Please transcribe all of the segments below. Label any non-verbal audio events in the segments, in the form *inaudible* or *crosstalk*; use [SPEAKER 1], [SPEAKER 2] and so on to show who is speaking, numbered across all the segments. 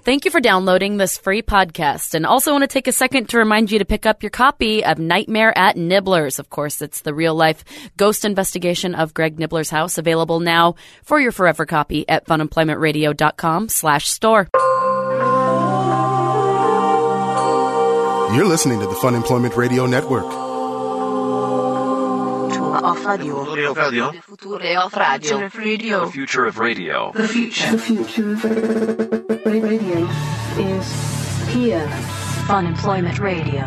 [SPEAKER 1] Thank you for downloading this free podcast. And also want to take a second to remind you to pick up your copy of Nightmare at Nibbler's. Of course, it's the real life ghost investigation of Greg Nibbler's house available now for your forever copy at funemploymentradio.com slash store.
[SPEAKER 2] You're listening to the Fun Employment Radio Network.
[SPEAKER 3] Future of radio.
[SPEAKER 4] Future
[SPEAKER 3] Future of
[SPEAKER 4] of radio.
[SPEAKER 3] radio. The
[SPEAKER 4] The future of radio.
[SPEAKER 3] future.
[SPEAKER 5] The future of radio is here.
[SPEAKER 3] Funemploymentradio.com.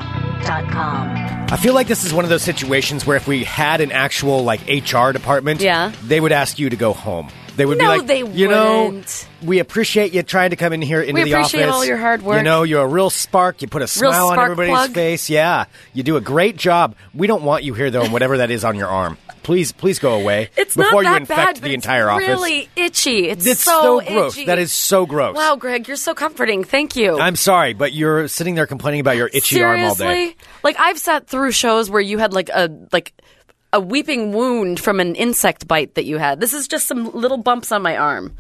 [SPEAKER 6] I feel like this is one of those situations where if we had an actual like HR department,
[SPEAKER 1] Yeah.
[SPEAKER 6] they would ask you to go home. They would
[SPEAKER 1] No,
[SPEAKER 6] be like,
[SPEAKER 1] they
[SPEAKER 6] you know,
[SPEAKER 1] wouldn't.
[SPEAKER 6] we appreciate you trying to come in here into
[SPEAKER 1] We
[SPEAKER 6] the
[SPEAKER 1] appreciate
[SPEAKER 6] office.
[SPEAKER 1] all your hard work."
[SPEAKER 6] You know, you're a real spark. You put a smile on
[SPEAKER 1] spark
[SPEAKER 6] everybody's
[SPEAKER 1] plug.
[SPEAKER 6] face. Yeah, you do a great job. We don't want you here though, and whatever that is on your arm, please, please go away
[SPEAKER 1] It's
[SPEAKER 6] before
[SPEAKER 1] not that
[SPEAKER 6] you infect
[SPEAKER 1] bad, but
[SPEAKER 6] the entire
[SPEAKER 1] it's
[SPEAKER 6] office.
[SPEAKER 1] really itchy. It's,
[SPEAKER 6] It's
[SPEAKER 1] so,
[SPEAKER 6] gross.
[SPEAKER 1] itchy.
[SPEAKER 6] That is so gross.
[SPEAKER 1] Wow, Greg, you're so comforting. Thank you.
[SPEAKER 6] I'm sorry, but you're sitting there complaining about your itchy arm all
[SPEAKER 1] Seriously?
[SPEAKER 6] day.
[SPEAKER 1] Like I've sat through shows where you had like a like a weeping wound from an insect bite that you had. This is just some little bumps on my arm.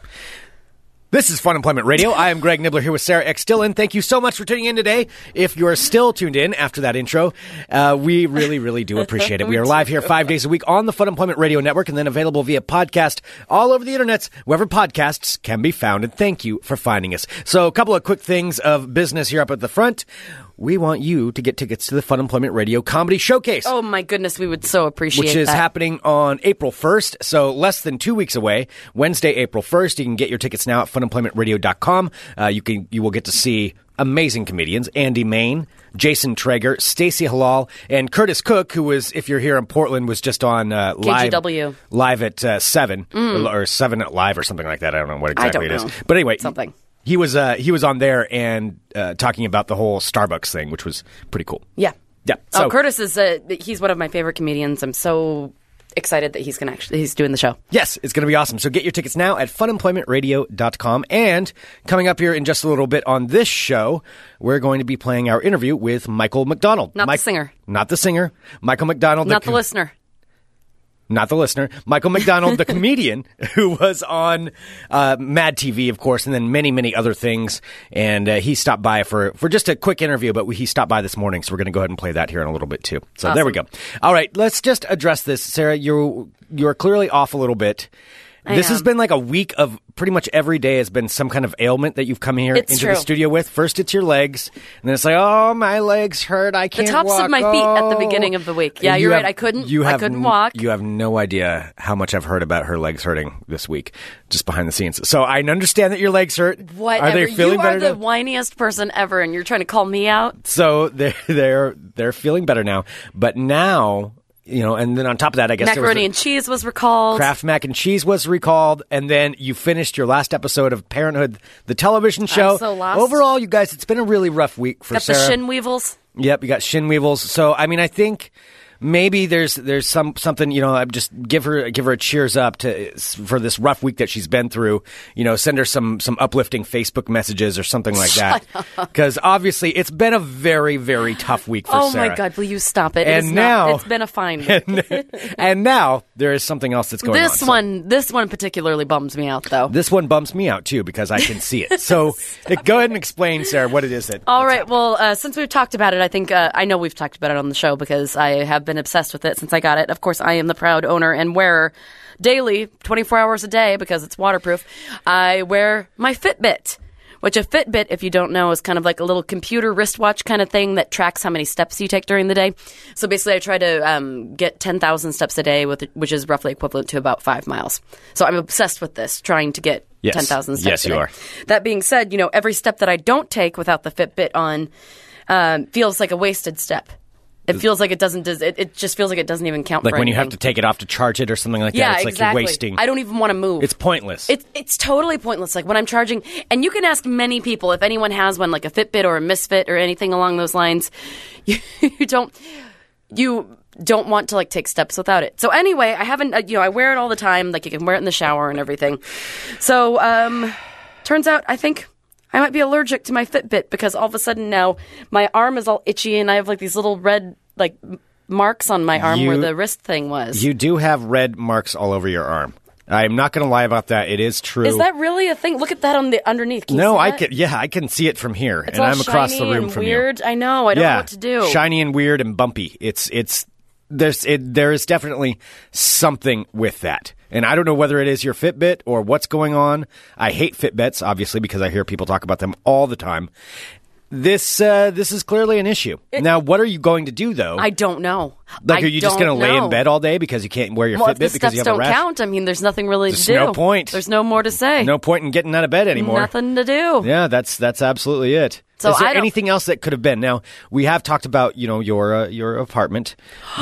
[SPEAKER 6] This is Fun Employment Radio. I am Greg Nibbler here with Sarah X. Dillon. Thank you so much for tuning in today. If you're still tuned in after that intro, uh, we really, really do appreciate it. We are live here five days a week on the Fun Employment Radio Network and then available via podcast all over the internets, wherever podcasts can be found. And thank you for finding us. So, a couple of quick things of business here up at the front. We want you to get tickets to the Fun Employment Radio Comedy Showcase
[SPEAKER 1] Oh my goodness, we would so appreciate
[SPEAKER 6] which is
[SPEAKER 1] that.
[SPEAKER 6] happening on April 1st, so less than two weeks away. Wednesday, April 1st. You can get your tickets now at funemploymentradio.com. Uh, you can you will get to see amazing comedians Andy Main, Jason Traeger, Stacy Halal, and Curtis Cook, who was if you're here in Portland was just on uh, live
[SPEAKER 1] KGW.
[SPEAKER 6] live at uh, seven or, or seven at live or something like that. I don't know what exactly
[SPEAKER 1] Mm. don't
[SPEAKER 6] it is,
[SPEAKER 1] know.
[SPEAKER 6] but anyway,
[SPEAKER 1] Something.
[SPEAKER 6] He was uh, he was on there and uh, talking about the whole Starbucks thing, which was pretty cool.
[SPEAKER 1] yeah.
[SPEAKER 6] Yeah.
[SPEAKER 1] oh,
[SPEAKER 6] so-
[SPEAKER 1] Curtis is uh he's one of my favorite comedians. I'm so excited that he's going to actually he's doing the show.
[SPEAKER 6] Yes, it's going to be awesome. So get your tickets now at funemploymentradio.com. And coming up here in just a little bit on this show, we're going to be playing our interview with Michael McDonald.
[SPEAKER 1] Not the
[SPEAKER 6] Mike-
[SPEAKER 1] singer.
[SPEAKER 6] Not the singer. Michael McDonald.
[SPEAKER 1] Not the
[SPEAKER 6] co-
[SPEAKER 1] listener.
[SPEAKER 6] Not the listener. Michael
[SPEAKER 1] *laughs*
[SPEAKER 6] McDonald, the comedian who was on uh, Mad TV, of course, and then many, many other things. And uh, he stopped by for, for just a quick interview, but he stopped by this morning. So we're going to go ahead and play that here in a little bit, too. So there we go. All right, let's just address this. Sarah, you're, you're clearly off a little bit. this has
[SPEAKER 1] am.
[SPEAKER 6] been like a week of pretty much every day has been some kind of ailment that you've come here
[SPEAKER 1] It's
[SPEAKER 6] into
[SPEAKER 1] true.
[SPEAKER 6] the studio with. First, it's your legs, and then it's like, oh, my legs hurt. I can't.
[SPEAKER 1] tops of
[SPEAKER 6] walk.
[SPEAKER 1] my feet at the
[SPEAKER 6] Oh."
[SPEAKER 1] beginning of the week. Yeah,
[SPEAKER 6] You
[SPEAKER 1] you're right.
[SPEAKER 6] have-
[SPEAKER 1] I couldn't-
[SPEAKER 6] You
[SPEAKER 1] I
[SPEAKER 6] have
[SPEAKER 1] couldn't
[SPEAKER 6] n-
[SPEAKER 1] walk.
[SPEAKER 6] You have no idea how much I've heard about her legs hurting this week, just behind the scenes. So I understand that your legs hurt.
[SPEAKER 1] Whatever.
[SPEAKER 6] Are they feeling
[SPEAKER 1] you
[SPEAKER 6] better?
[SPEAKER 1] are the
[SPEAKER 6] now?
[SPEAKER 1] whiniest person ever and you're trying to call me out.
[SPEAKER 6] so they're they're they're feeling better now. But now you know, and then on top of that, I guess there was
[SPEAKER 1] Macaroni
[SPEAKER 6] a-
[SPEAKER 1] and cheese was recalled.
[SPEAKER 6] Kraft mac and cheese was recalled, and then you finished your last episode of Parenthood, the television show.
[SPEAKER 1] so lost.
[SPEAKER 6] Overall, you guys, it's been a really rough week for
[SPEAKER 1] Got the
[SPEAKER 6] Sarah.
[SPEAKER 1] shin weevils.
[SPEAKER 6] Yep, you got shin weevils. So I mean, I think maybe there's there's some something you know. I just give her give her a cheers up to for this rough week that she's been through. You know, send her some some uplifting Facebook messages or
[SPEAKER 1] *laughs*
[SPEAKER 6] something like that. Because obviously, it's been a very very tough week
[SPEAKER 1] *laughs*
[SPEAKER 6] for
[SPEAKER 1] oh
[SPEAKER 6] Sarah.
[SPEAKER 1] my god, will you stop it? It
[SPEAKER 6] And
[SPEAKER 1] is
[SPEAKER 6] now-
[SPEAKER 1] not, it's been a
[SPEAKER 6] *laughs*
[SPEAKER 1] fine week.
[SPEAKER 6] and now there is something else that's going on.
[SPEAKER 1] this
[SPEAKER 6] So-
[SPEAKER 1] one this one particularly bums me out though
[SPEAKER 6] This one bumps me out too because I can see
[SPEAKER 1] *laughs*
[SPEAKER 6] it. So go ahead and explain, Sarah, what it is that.
[SPEAKER 1] all right. Well, uh, since we've talked about it, I think uh, I know we've talked about it on the show because I have been obsessed with it since I got it. Of course, I am the proud owner and wearer daily, 24 hours a day because it's waterproof. I wear my Fitbit, which a Fitbit, if you don't know, is kind of like a little computer wristwatch kind of thing that tracks how many steps you take during the day. So basically, I try to um, get 10,000 steps a day, with, which is roughly equivalent to about five miles. So I'm obsessed with this, trying to get
[SPEAKER 6] Yes.
[SPEAKER 1] 10,000 steps.
[SPEAKER 6] Yes,
[SPEAKER 1] a
[SPEAKER 6] you
[SPEAKER 1] day.
[SPEAKER 6] are.
[SPEAKER 1] That being said, you know, every step that I don't take without the Fitbit on um, feels like a wasted step. It feels like it doesn't. Does, it, it just feels like it doesn't even count.
[SPEAKER 6] Like
[SPEAKER 1] for
[SPEAKER 6] when you have to
[SPEAKER 1] anything.
[SPEAKER 6] take it off to charge it or something like
[SPEAKER 1] Yeah,
[SPEAKER 6] that. It's
[SPEAKER 1] exactly.
[SPEAKER 6] like you're wasting.
[SPEAKER 1] I don't even want to move.
[SPEAKER 6] It's pointless.
[SPEAKER 1] It's it's totally pointless. Like when I'm charging, and you can ask many people if anyone has one, like a Fitbit or a Misfit or anything along those lines. *laughs* You, you don't you don't want to like take steps without it. So anyway, I haven't. uh, You know, I wear it all the time. Like you can wear it in the shower and everything. So um, turns out I think. I might be allergic to my Fitbit because all of a sudden now my arm is all itchy and I have like these little red like m- marks on my arm where
[SPEAKER 6] You-
[SPEAKER 1] the wrist thing was.
[SPEAKER 6] you do have red marks all over your arm. I'm not going to lie about that. It is true.
[SPEAKER 1] Is that really a thing? Look at that on the underneath. Can you
[SPEAKER 6] no,
[SPEAKER 1] see
[SPEAKER 6] I
[SPEAKER 1] that?
[SPEAKER 6] can. Yeah, I can see it from here,
[SPEAKER 1] It's
[SPEAKER 6] and
[SPEAKER 1] all
[SPEAKER 6] I'm across the
[SPEAKER 1] shiny
[SPEAKER 6] room
[SPEAKER 1] and
[SPEAKER 6] from you.
[SPEAKER 1] weird. I know. I don't know what to do.
[SPEAKER 6] Shiny and weird and bumpy. It's it's there's it, there is definitely something with that. And I don't know whether it is your Fitbit or what's going on. I hate Fitbits obviously because I hear people talk about them all the time. This uh, this is clearly an issue. now, what are you going to do though?
[SPEAKER 1] I don't know.
[SPEAKER 6] like,
[SPEAKER 1] I
[SPEAKER 6] are you just
[SPEAKER 1] don't
[SPEAKER 6] going to lay
[SPEAKER 1] know.
[SPEAKER 6] in bed all day because you can't wear your
[SPEAKER 1] Well, if the
[SPEAKER 6] Fitbit
[SPEAKER 1] steps
[SPEAKER 6] because you have
[SPEAKER 1] don't
[SPEAKER 6] a rash?
[SPEAKER 1] count, I mean, there's nothing really
[SPEAKER 6] There's
[SPEAKER 1] to do.
[SPEAKER 6] no point.
[SPEAKER 1] There's no more to say.
[SPEAKER 6] *laughs* No point in getting out of bed anymore.
[SPEAKER 1] Nothing to do.
[SPEAKER 6] Yeah, that's that's absolutely it.
[SPEAKER 1] So
[SPEAKER 6] is there
[SPEAKER 1] I don't-
[SPEAKER 6] anything else that could have been? Now we have talked about you know your uh,
[SPEAKER 1] *gasps*
[SPEAKER 6] your apartment,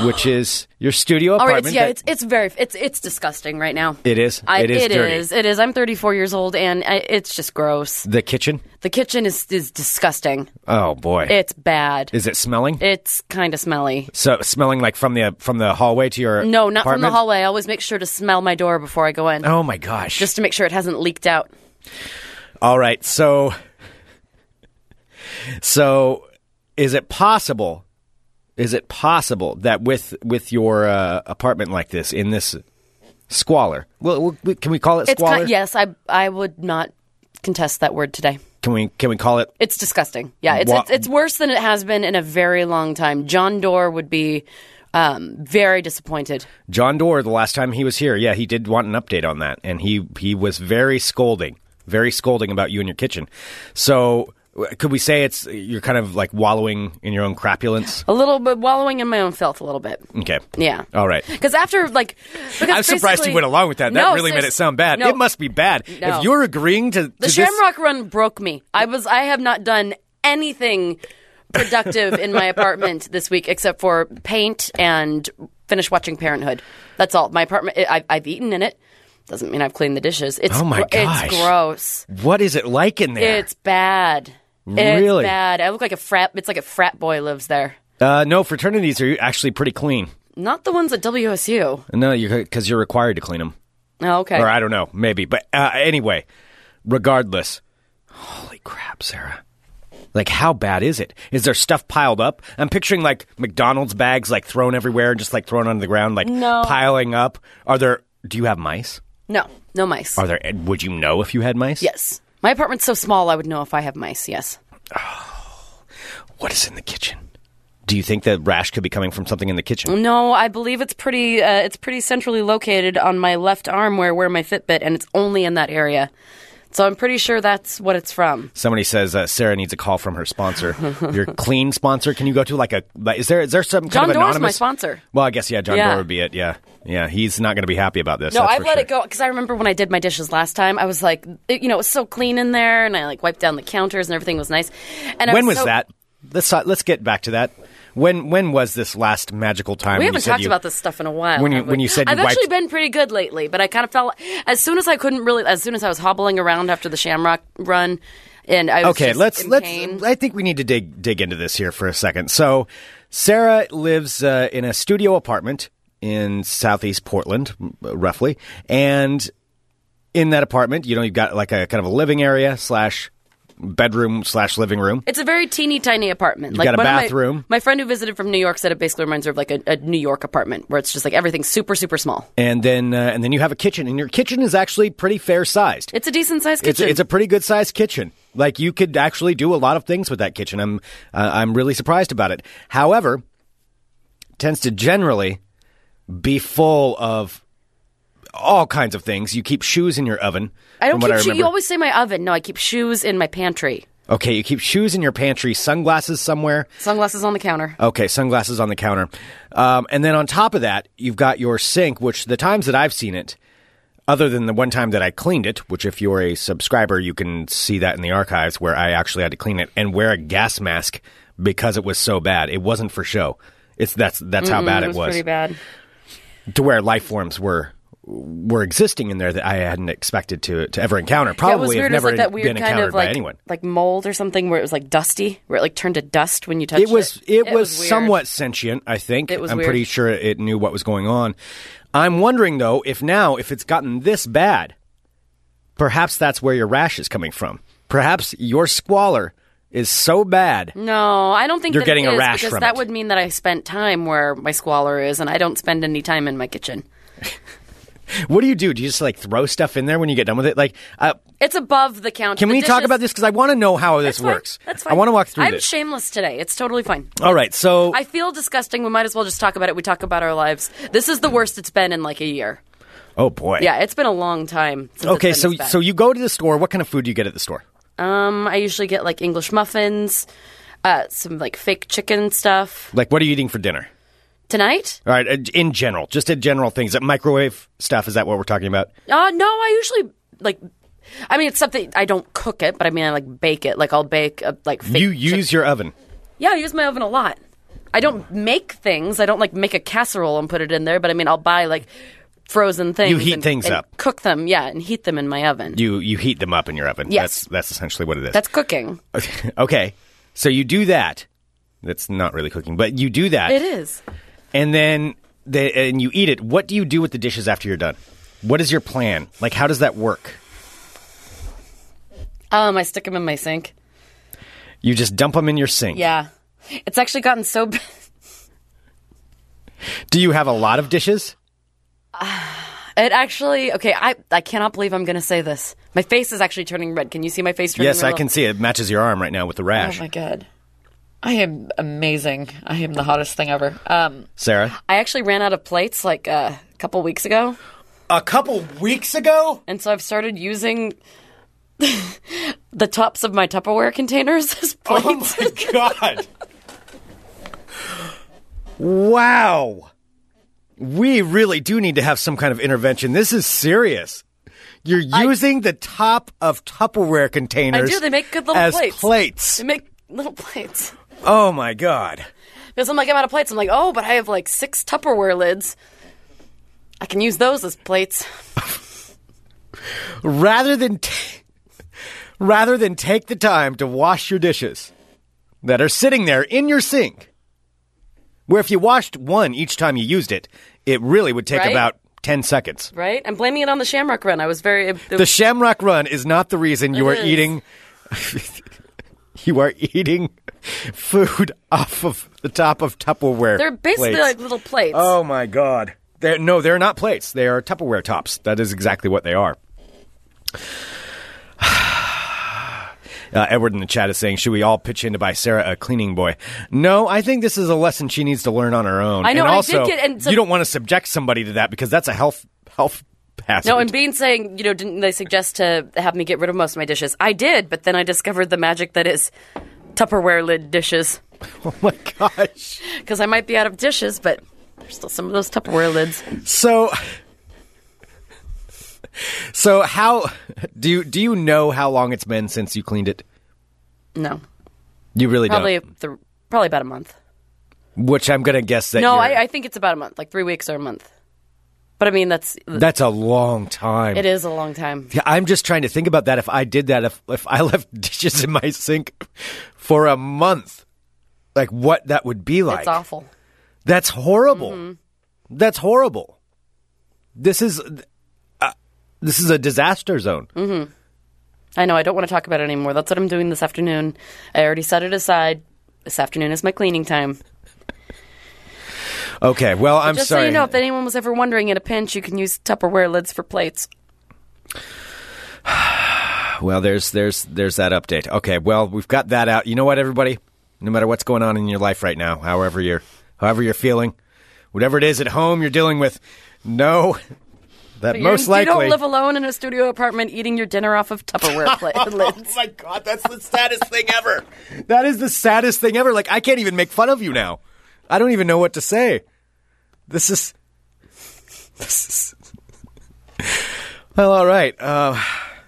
[SPEAKER 6] which is your studio
[SPEAKER 1] All right,
[SPEAKER 6] apartment.
[SPEAKER 1] Oh, it's, yeah,
[SPEAKER 6] that-
[SPEAKER 1] it's it's very it's it's disgusting right now.
[SPEAKER 6] It is.
[SPEAKER 1] I,
[SPEAKER 6] It is
[SPEAKER 1] It
[SPEAKER 6] dirty.
[SPEAKER 1] is. It is. I'm 34 years old, and I, it's just gross.
[SPEAKER 6] the kitchen.
[SPEAKER 1] The kitchen is is disgusting.
[SPEAKER 6] Oh boy,
[SPEAKER 1] It's bad.
[SPEAKER 6] is it smelling?
[SPEAKER 1] it's kind of smelly.
[SPEAKER 6] so smelling like from the from the hallway to your
[SPEAKER 1] No, not from the
[SPEAKER 6] apartment?
[SPEAKER 1] hallway. I always make sure to smell my door before I go in,
[SPEAKER 6] Oh my gosh!
[SPEAKER 1] just to make sure it hasn't leaked out.
[SPEAKER 6] All right, so so is it possible? Is it possible that with with your uh, apartment like this in this squalor? Well, we- can we call it
[SPEAKER 1] It's
[SPEAKER 6] squalor?
[SPEAKER 1] kind, yes, I I would not contest that word today.
[SPEAKER 6] Can we can we call it
[SPEAKER 1] It's disgusting. Yeah, it's,
[SPEAKER 6] Wha-
[SPEAKER 1] it's it's worse than it has been in a very long time. John Doerr would be um, very disappointed.
[SPEAKER 6] John Doerr, the last time he was here, yeah, he did want an update on that, and he he was very scolding, very scolding about you and your kitchen. So w- could we say it's you're kind of like wallowing in your own crapulence?
[SPEAKER 1] A little bit wallowing in my own filth, a little bit.
[SPEAKER 6] Okay.
[SPEAKER 1] Yeah.
[SPEAKER 6] All right.
[SPEAKER 1] Because after like, because
[SPEAKER 6] I'm surprised you
[SPEAKER 1] basically-
[SPEAKER 6] went along with that. That
[SPEAKER 1] No,
[SPEAKER 6] really made
[SPEAKER 1] seriously-
[SPEAKER 6] it sound bad.
[SPEAKER 1] no.
[SPEAKER 6] It must be bad
[SPEAKER 1] No.
[SPEAKER 6] if you're agreeing to, to
[SPEAKER 1] The
[SPEAKER 6] this-
[SPEAKER 1] Shamrock Run broke me. I was I have not done anything productive in my apartment this week except for paint and finish watching Parenthood. That's all. My apartment. I, I've eaten in it. Doesn't mean I've cleaned the dishes. It's
[SPEAKER 6] Oh my
[SPEAKER 1] gr-
[SPEAKER 6] gosh.
[SPEAKER 1] it's gross.
[SPEAKER 6] What is it like in there?
[SPEAKER 1] It's bad.
[SPEAKER 6] Really?
[SPEAKER 1] It's bad. I look like a frat. It's like a frat boy lives there.
[SPEAKER 6] uh, no, fraternities are actually pretty clean.
[SPEAKER 1] Not the ones at WSU.
[SPEAKER 6] No, because you're required to clean them.
[SPEAKER 1] Oh, okay.
[SPEAKER 6] Or I don't know, maybe. But uh, anyway, regardless, holy crap, Sarah. Like, how bad is it? Is there stuff piled up? I'm picturing like McDonald's bags like thrown everywhere, just like thrown onto the ground, like
[SPEAKER 1] No.
[SPEAKER 6] piling up. Are there? Do you have mice?
[SPEAKER 1] No, no mice.
[SPEAKER 6] Are there? Would you know if you had mice?
[SPEAKER 1] Yes. My apartment's so small, I would know if I have mice. Yes.
[SPEAKER 6] What is in the kitchen? Do you think that rash could be coming from something in the kitchen?
[SPEAKER 1] No, I believe it's pretty. Uh, it's pretty centrally located on my left arm, where I wear my Fitbit, and it's only in that area. So I'm pretty sure that's what it's from.
[SPEAKER 6] Somebody says uh, Sarah needs a call from
[SPEAKER 1] *laughs*
[SPEAKER 6] her sponsor. Your clean sponsor? Can you go to like a? like, Is there? Is there some
[SPEAKER 1] John
[SPEAKER 6] kind of
[SPEAKER 1] Doerr's my
[SPEAKER 6] anonymous
[SPEAKER 1] sponsor.
[SPEAKER 6] Well, I guess yeah, John
[SPEAKER 1] Yeah.
[SPEAKER 6] Doerr would be it. Yeah, yeah, he's not going to be happy about this.
[SPEAKER 1] No,
[SPEAKER 6] that's
[SPEAKER 1] I've
[SPEAKER 6] for
[SPEAKER 1] let
[SPEAKER 6] sure.
[SPEAKER 1] it go because I remember when I did my dishes last time. I was like, it, you know, it was so clean in there, and I like wiped down the counters and everything was nice. And I
[SPEAKER 6] when was
[SPEAKER 1] so-
[SPEAKER 6] that? Let's uh, let's get back to that. When when was this last magical time?
[SPEAKER 1] We
[SPEAKER 6] you
[SPEAKER 1] haven't
[SPEAKER 6] said
[SPEAKER 1] talked
[SPEAKER 6] you-
[SPEAKER 1] about this stuff in a while.
[SPEAKER 6] When you-
[SPEAKER 1] have we?
[SPEAKER 6] when you said you
[SPEAKER 1] I've actually
[SPEAKER 6] wiped-
[SPEAKER 1] been pretty good lately, but I kind of felt as soon as I couldn't really, as soon as I was hobbling around after the Shamrock Run, and I was
[SPEAKER 6] Okay,
[SPEAKER 1] just
[SPEAKER 6] let's
[SPEAKER 1] in
[SPEAKER 6] let's.
[SPEAKER 1] pain.
[SPEAKER 6] I think we need to dig dig into this here for a second. So, Sarah lives uh, in a studio apartment in southeast Portland, m- uh, roughly, and in that apartment, you know, you've got like a kind of a living area slash bedroom slash living room.
[SPEAKER 1] It's a very teeny tiny apartment.
[SPEAKER 6] got a
[SPEAKER 1] one of my-
[SPEAKER 6] bathroom.
[SPEAKER 1] My, friend who visited from New York said it basically reminds her of like a, a New York apartment where it's just like everything's super super small.
[SPEAKER 6] and then uh, and then you have a kitchen, and your kitchen is actually pretty fair sized.
[SPEAKER 1] It's a decent sized
[SPEAKER 6] It's
[SPEAKER 1] kitchen.
[SPEAKER 6] it's a pretty good sized kitchen. Like you could actually do a lot of things with that kitchen. I'm uh, I'm really surprised about it. However, tends to generally be full of all kinds of things. You keep shoes in your oven.
[SPEAKER 1] I don't
[SPEAKER 6] from what
[SPEAKER 1] keep
[SPEAKER 6] I
[SPEAKER 1] shoes.
[SPEAKER 6] remember.
[SPEAKER 1] You always say my oven. No, I keep shoes in my pantry.
[SPEAKER 6] okay. You keep shoes in your pantry, sunglasses somewhere.
[SPEAKER 1] Sunglasses on the counter.
[SPEAKER 6] Okay, sunglasses on the counter. Um, and then on top of that, you've got your sink, which the times that I've seen it, other than the one time that I cleaned it, which if you're a subscriber, you can see that in the archives where I actually had to clean it and wear a gas mask because it was so bad. It wasn't for show. It's that's that's how bad it was.
[SPEAKER 1] pretty bad.
[SPEAKER 6] To where life forms were were existing in there that I hadn't expected to to ever encounter. Probably
[SPEAKER 1] yeah, it was
[SPEAKER 6] have
[SPEAKER 1] weird. It was
[SPEAKER 6] never
[SPEAKER 1] like that weird
[SPEAKER 6] been
[SPEAKER 1] kind
[SPEAKER 6] encountered
[SPEAKER 1] of like
[SPEAKER 6] by anyone.
[SPEAKER 1] like mold or something where it was like dusty, where it like turned to dust when you touched it.
[SPEAKER 6] it was it, was,
[SPEAKER 1] weird.
[SPEAKER 6] somewhat sentient i think
[SPEAKER 1] It was
[SPEAKER 6] i'm
[SPEAKER 1] weird.
[SPEAKER 6] pretty sure it knew what was going on i'm wondering though if now if it's gotten this bad perhaps that's where your rash is coming from perhaps your squalor is so bad
[SPEAKER 1] No, I don't think
[SPEAKER 6] You're
[SPEAKER 1] that
[SPEAKER 6] getting
[SPEAKER 1] it
[SPEAKER 6] a
[SPEAKER 1] is,
[SPEAKER 6] rash
[SPEAKER 1] because
[SPEAKER 6] from
[SPEAKER 1] that
[SPEAKER 6] it.
[SPEAKER 1] would mean that I spent time where my squalor is, and I don't spend any time in my kitchen.
[SPEAKER 6] What do you do? Do you just like throw stuff in there when you get done with it? Like, uh,
[SPEAKER 1] It's above the counter.
[SPEAKER 6] can
[SPEAKER 1] The
[SPEAKER 6] we talk
[SPEAKER 1] dishes-
[SPEAKER 6] about this? Because I want to know how
[SPEAKER 1] That's
[SPEAKER 6] this
[SPEAKER 1] fine.
[SPEAKER 6] works.
[SPEAKER 1] That's fine.
[SPEAKER 6] I want to walk through
[SPEAKER 1] I'm
[SPEAKER 6] this.
[SPEAKER 1] shameless today. It's totally fine.
[SPEAKER 6] All right, so
[SPEAKER 1] I feel disgusting. We might as well just talk about it. We talk about our lives. This is the worst it's been in like a year.
[SPEAKER 6] oh boy,
[SPEAKER 1] Yeah, it's been a long time. Since
[SPEAKER 6] Okay,
[SPEAKER 1] it's
[SPEAKER 6] so
[SPEAKER 1] been this bad.
[SPEAKER 6] so you go to the store. What kind of food do you get at the store?
[SPEAKER 1] um, I usually get like English muffins, uh, some like fake chicken stuff
[SPEAKER 6] Like, what are you eating for dinner?
[SPEAKER 1] tonight.
[SPEAKER 6] All right, uh, in general, just in general things. Uh, Microwave stuff. Is that what we're talking about?
[SPEAKER 1] Uh, no, I usually like. I mean, it's something I don't cook it, but I mean, I like bake it. Like I'll bake a, like fake
[SPEAKER 6] you
[SPEAKER 1] chick-
[SPEAKER 6] use your oven.
[SPEAKER 1] Yeah, I use my oven a lot. I don't make things. I don't like make a casserole and put it in there. But I mean, I'll buy like frozen things.
[SPEAKER 6] You heat
[SPEAKER 1] and-
[SPEAKER 6] things
[SPEAKER 1] and
[SPEAKER 6] up.
[SPEAKER 1] cook them. Yeah, and heat them in my oven.
[SPEAKER 6] You you heat them up in your oven.
[SPEAKER 1] Yes.
[SPEAKER 6] that's, that's essentially what it is.
[SPEAKER 1] That's cooking.
[SPEAKER 6] *laughs* okay. So you do that. That's not really cooking, but you do that,
[SPEAKER 1] It is.
[SPEAKER 6] and then the, and you eat it. What do you do with the dishes after you're done? What is your plan? Like, how does that work?
[SPEAKER 1] Um, I stick them in my sink.
[SPEAKER 6] You just dump them in your sink.
[SPEAKER 1] Yeah, it's actually gotten so. b- *laughs*
[SPEAKER 6] Do you have a lot of dishes?
[SPEAKER 1] It actually okay. I I cannot believe I'm going to say this. My face is actually turning red. Can you see my face turning
[SPEAKER 6] yes,
[SPEAKER 1] red?
[SPEAKER 6] I can see it. it matches your arm right now with the
[SPEAKER 7] Oh
[SPEAKER 6] rash.
[SPEAKER 7] my god. I am amazing. I am the hottest thing ever. Um,
[SPEAKER 6] Sarah,
[SPEAKER 1] I actually ran out of plates like uh, a couple weeks ago,
[SPEAKER 6] a couple weeks ago.
[SPEAKER 1] and so I've started using *laughs* the tops of my Tupperware containers *laughs* as plates.
[SPEAKER 6] Oh my god. *laughs* wow. We really do need to have some kind of intervention. This is serious. You're using the top of Tupperware containers.
[SPEAKER 1] I do. They make good little
[SPEAKER 6] as
[SPEAKER 1] plates.
[SPEAKER 6] plates.
[SPEAKER 1] They make little plates.
[SPEAKER 6] Oh my god.
[SPEAKER 1] Because I'm like, I'm out of plates. I'm like, oh, but I have like six Tupperware lids. I can use those as plates.
[SPEAKER 6] Rather than t- *laughs* rather than take the time to wash your dishes that are sitting there in your sink, where if you washed one each time you used it, it really would take
[SPEAKER 1] Right?
[SPEAKER 6] about ten seconds.
[SPEAKER 1] Right? I'm blaming it on the Shamrock Run. I was very. It,
[SPEAKER 6] The Shamrock Run is not the reason you
[SPEAKER 1] It
[SPEAKER 6] are
[SPEAKER 1] is.
[SPEAKER 6] eating. *laughs* you are eating food off of the top of Tupperware.
[SPEAKER 1] they're basically
[SPEAKER 6] plates.
[SPEAKER 1] like little plates.
[SPEAKER 6] Oh my god! They're, no, they're not plates. They are Tupperware tops. That is exactly what they are. *sighs* Uh, Edward in the chat is saying, "Should we all pitch in to buy Sarah a cleaning boy?" No, I think this is a lesson she needs to learn on her own.
[SPEAKER 1] I know,
[SPEAKER 6] And
[SPEAKER 1] I
[SPEAKER 6] also,
[SPEAKER 1] did get- and so-
[SPEAKER 6] you don't want to subject somebody to that because that's a health health hazard.
[SPEAKER 1] No, and Bean saying, you know, didn't they suggest to have me get rid of most of my dishes? I did, but then I discovered the magic that is Tupperware lid dishes.
[SPEAKER 6] *laughs* oh my gosh.
[SPEAKER 1] Because I might be out of dishes, but there's still some of those Tupperware lids.
[SPEAKER 6] So So how do you do you know how long it's been since you cleaned it?
[SPEAKER 1] No,
[SPEAKER 6] You really
[SPEAKER 1] probably
[SPEAKER 6] don't.
[SPEAKER 1] th- probably about a month.
[SPEAKER 6] Which I'm gonna guess that
[SPEAKER 1] No,
[SPEAKER 6] you're-
[SPEAKER 1] I, I think it's about a month, like three weeks or a month. But I mean, that's
[SPEAKER 6] that's a long time.
[SPEAKER 1] it is a long time.
[SPEAKER 6] Yeah, I'm just trying to think about that. If I did that, if if I *laughs* left dishes in my sink for a month, like what that would be like.
[SPEAKER 1] It's awful. Mm-hmm.
[SPEAKER 6] That's horrible. That's horrible. This is uh, this is a disaster zone.
[SPEAKER 1] Mm-hmm. I know. I don't want to talk about it anymore. That's what I'm doing this afternoon. I already set it aside. This afternoon is my cleaning time.
[SPEAKER 6] Okay, well, I'm
[SPEAKER 1] Just
[SPEAKER 6] sorry.
[SPEAKER 1] so you know, if anyone was ever wondering, in a pinch, you can use Tupperware lids for plates.
[SPEAKER 6] Well, there's there's there's that update. Okay, well, we've got that out. You know what, everybody? No matter what's going on in your life right now, however you're however you're feeling, whatever it is at home you're dealing with, know that
[SPEAKER 1] You-
[SPEAKER 6] most likely
[SPEAKER 1] you don't live alone in a studio apartment eating your dinner off of Tupperware
[SPEAKER 6] *laughs*
[SPEAKER 1] pla- lids.
[SPEAKER 6] Oh my god, that's the saddest thing ever. That is the saddest thing ever. Like I can't even make fun of you now. I don't even know what to say. This is this is Well, all right. Uh,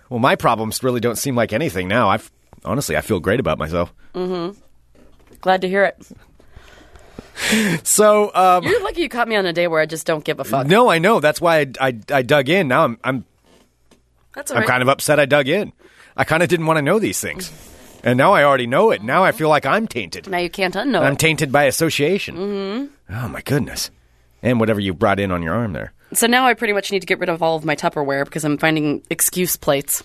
[SPEAKER 6] well, my problems really don't seem like anything now. I've honestly, I feel great about myself.
[SPEAKER 1] Glad to hear it.
[SPEAKER 6] So, um,
[SPEAKER 1] You're lucky you caught me on a day where I just don't give a fuck.
[SPEAKER 6] no, I know. That's why I, I, I dug in. Now I'm I'm
[SPEAKER 1] That's all
[SPEAKER 6] I'm
[SPEAKER 1] right.
[SPEAKER 6] kind of upset I dug in. I kind of didn't want to know these things. And now I already know it. Now I feel like I'm tainted.
[SPEAKER 1] now you can't unknow
[SPEAKER 6] I'm
[SPEAKER 1] it.
[SPEAKER 6] tainted by association. Oh my goodness! And whatever you brought in on your arm *laughs* there.
[SPEAKER 1] so now I pretty much need to get rid of all of my Tupperware because I'm finding excuse plates.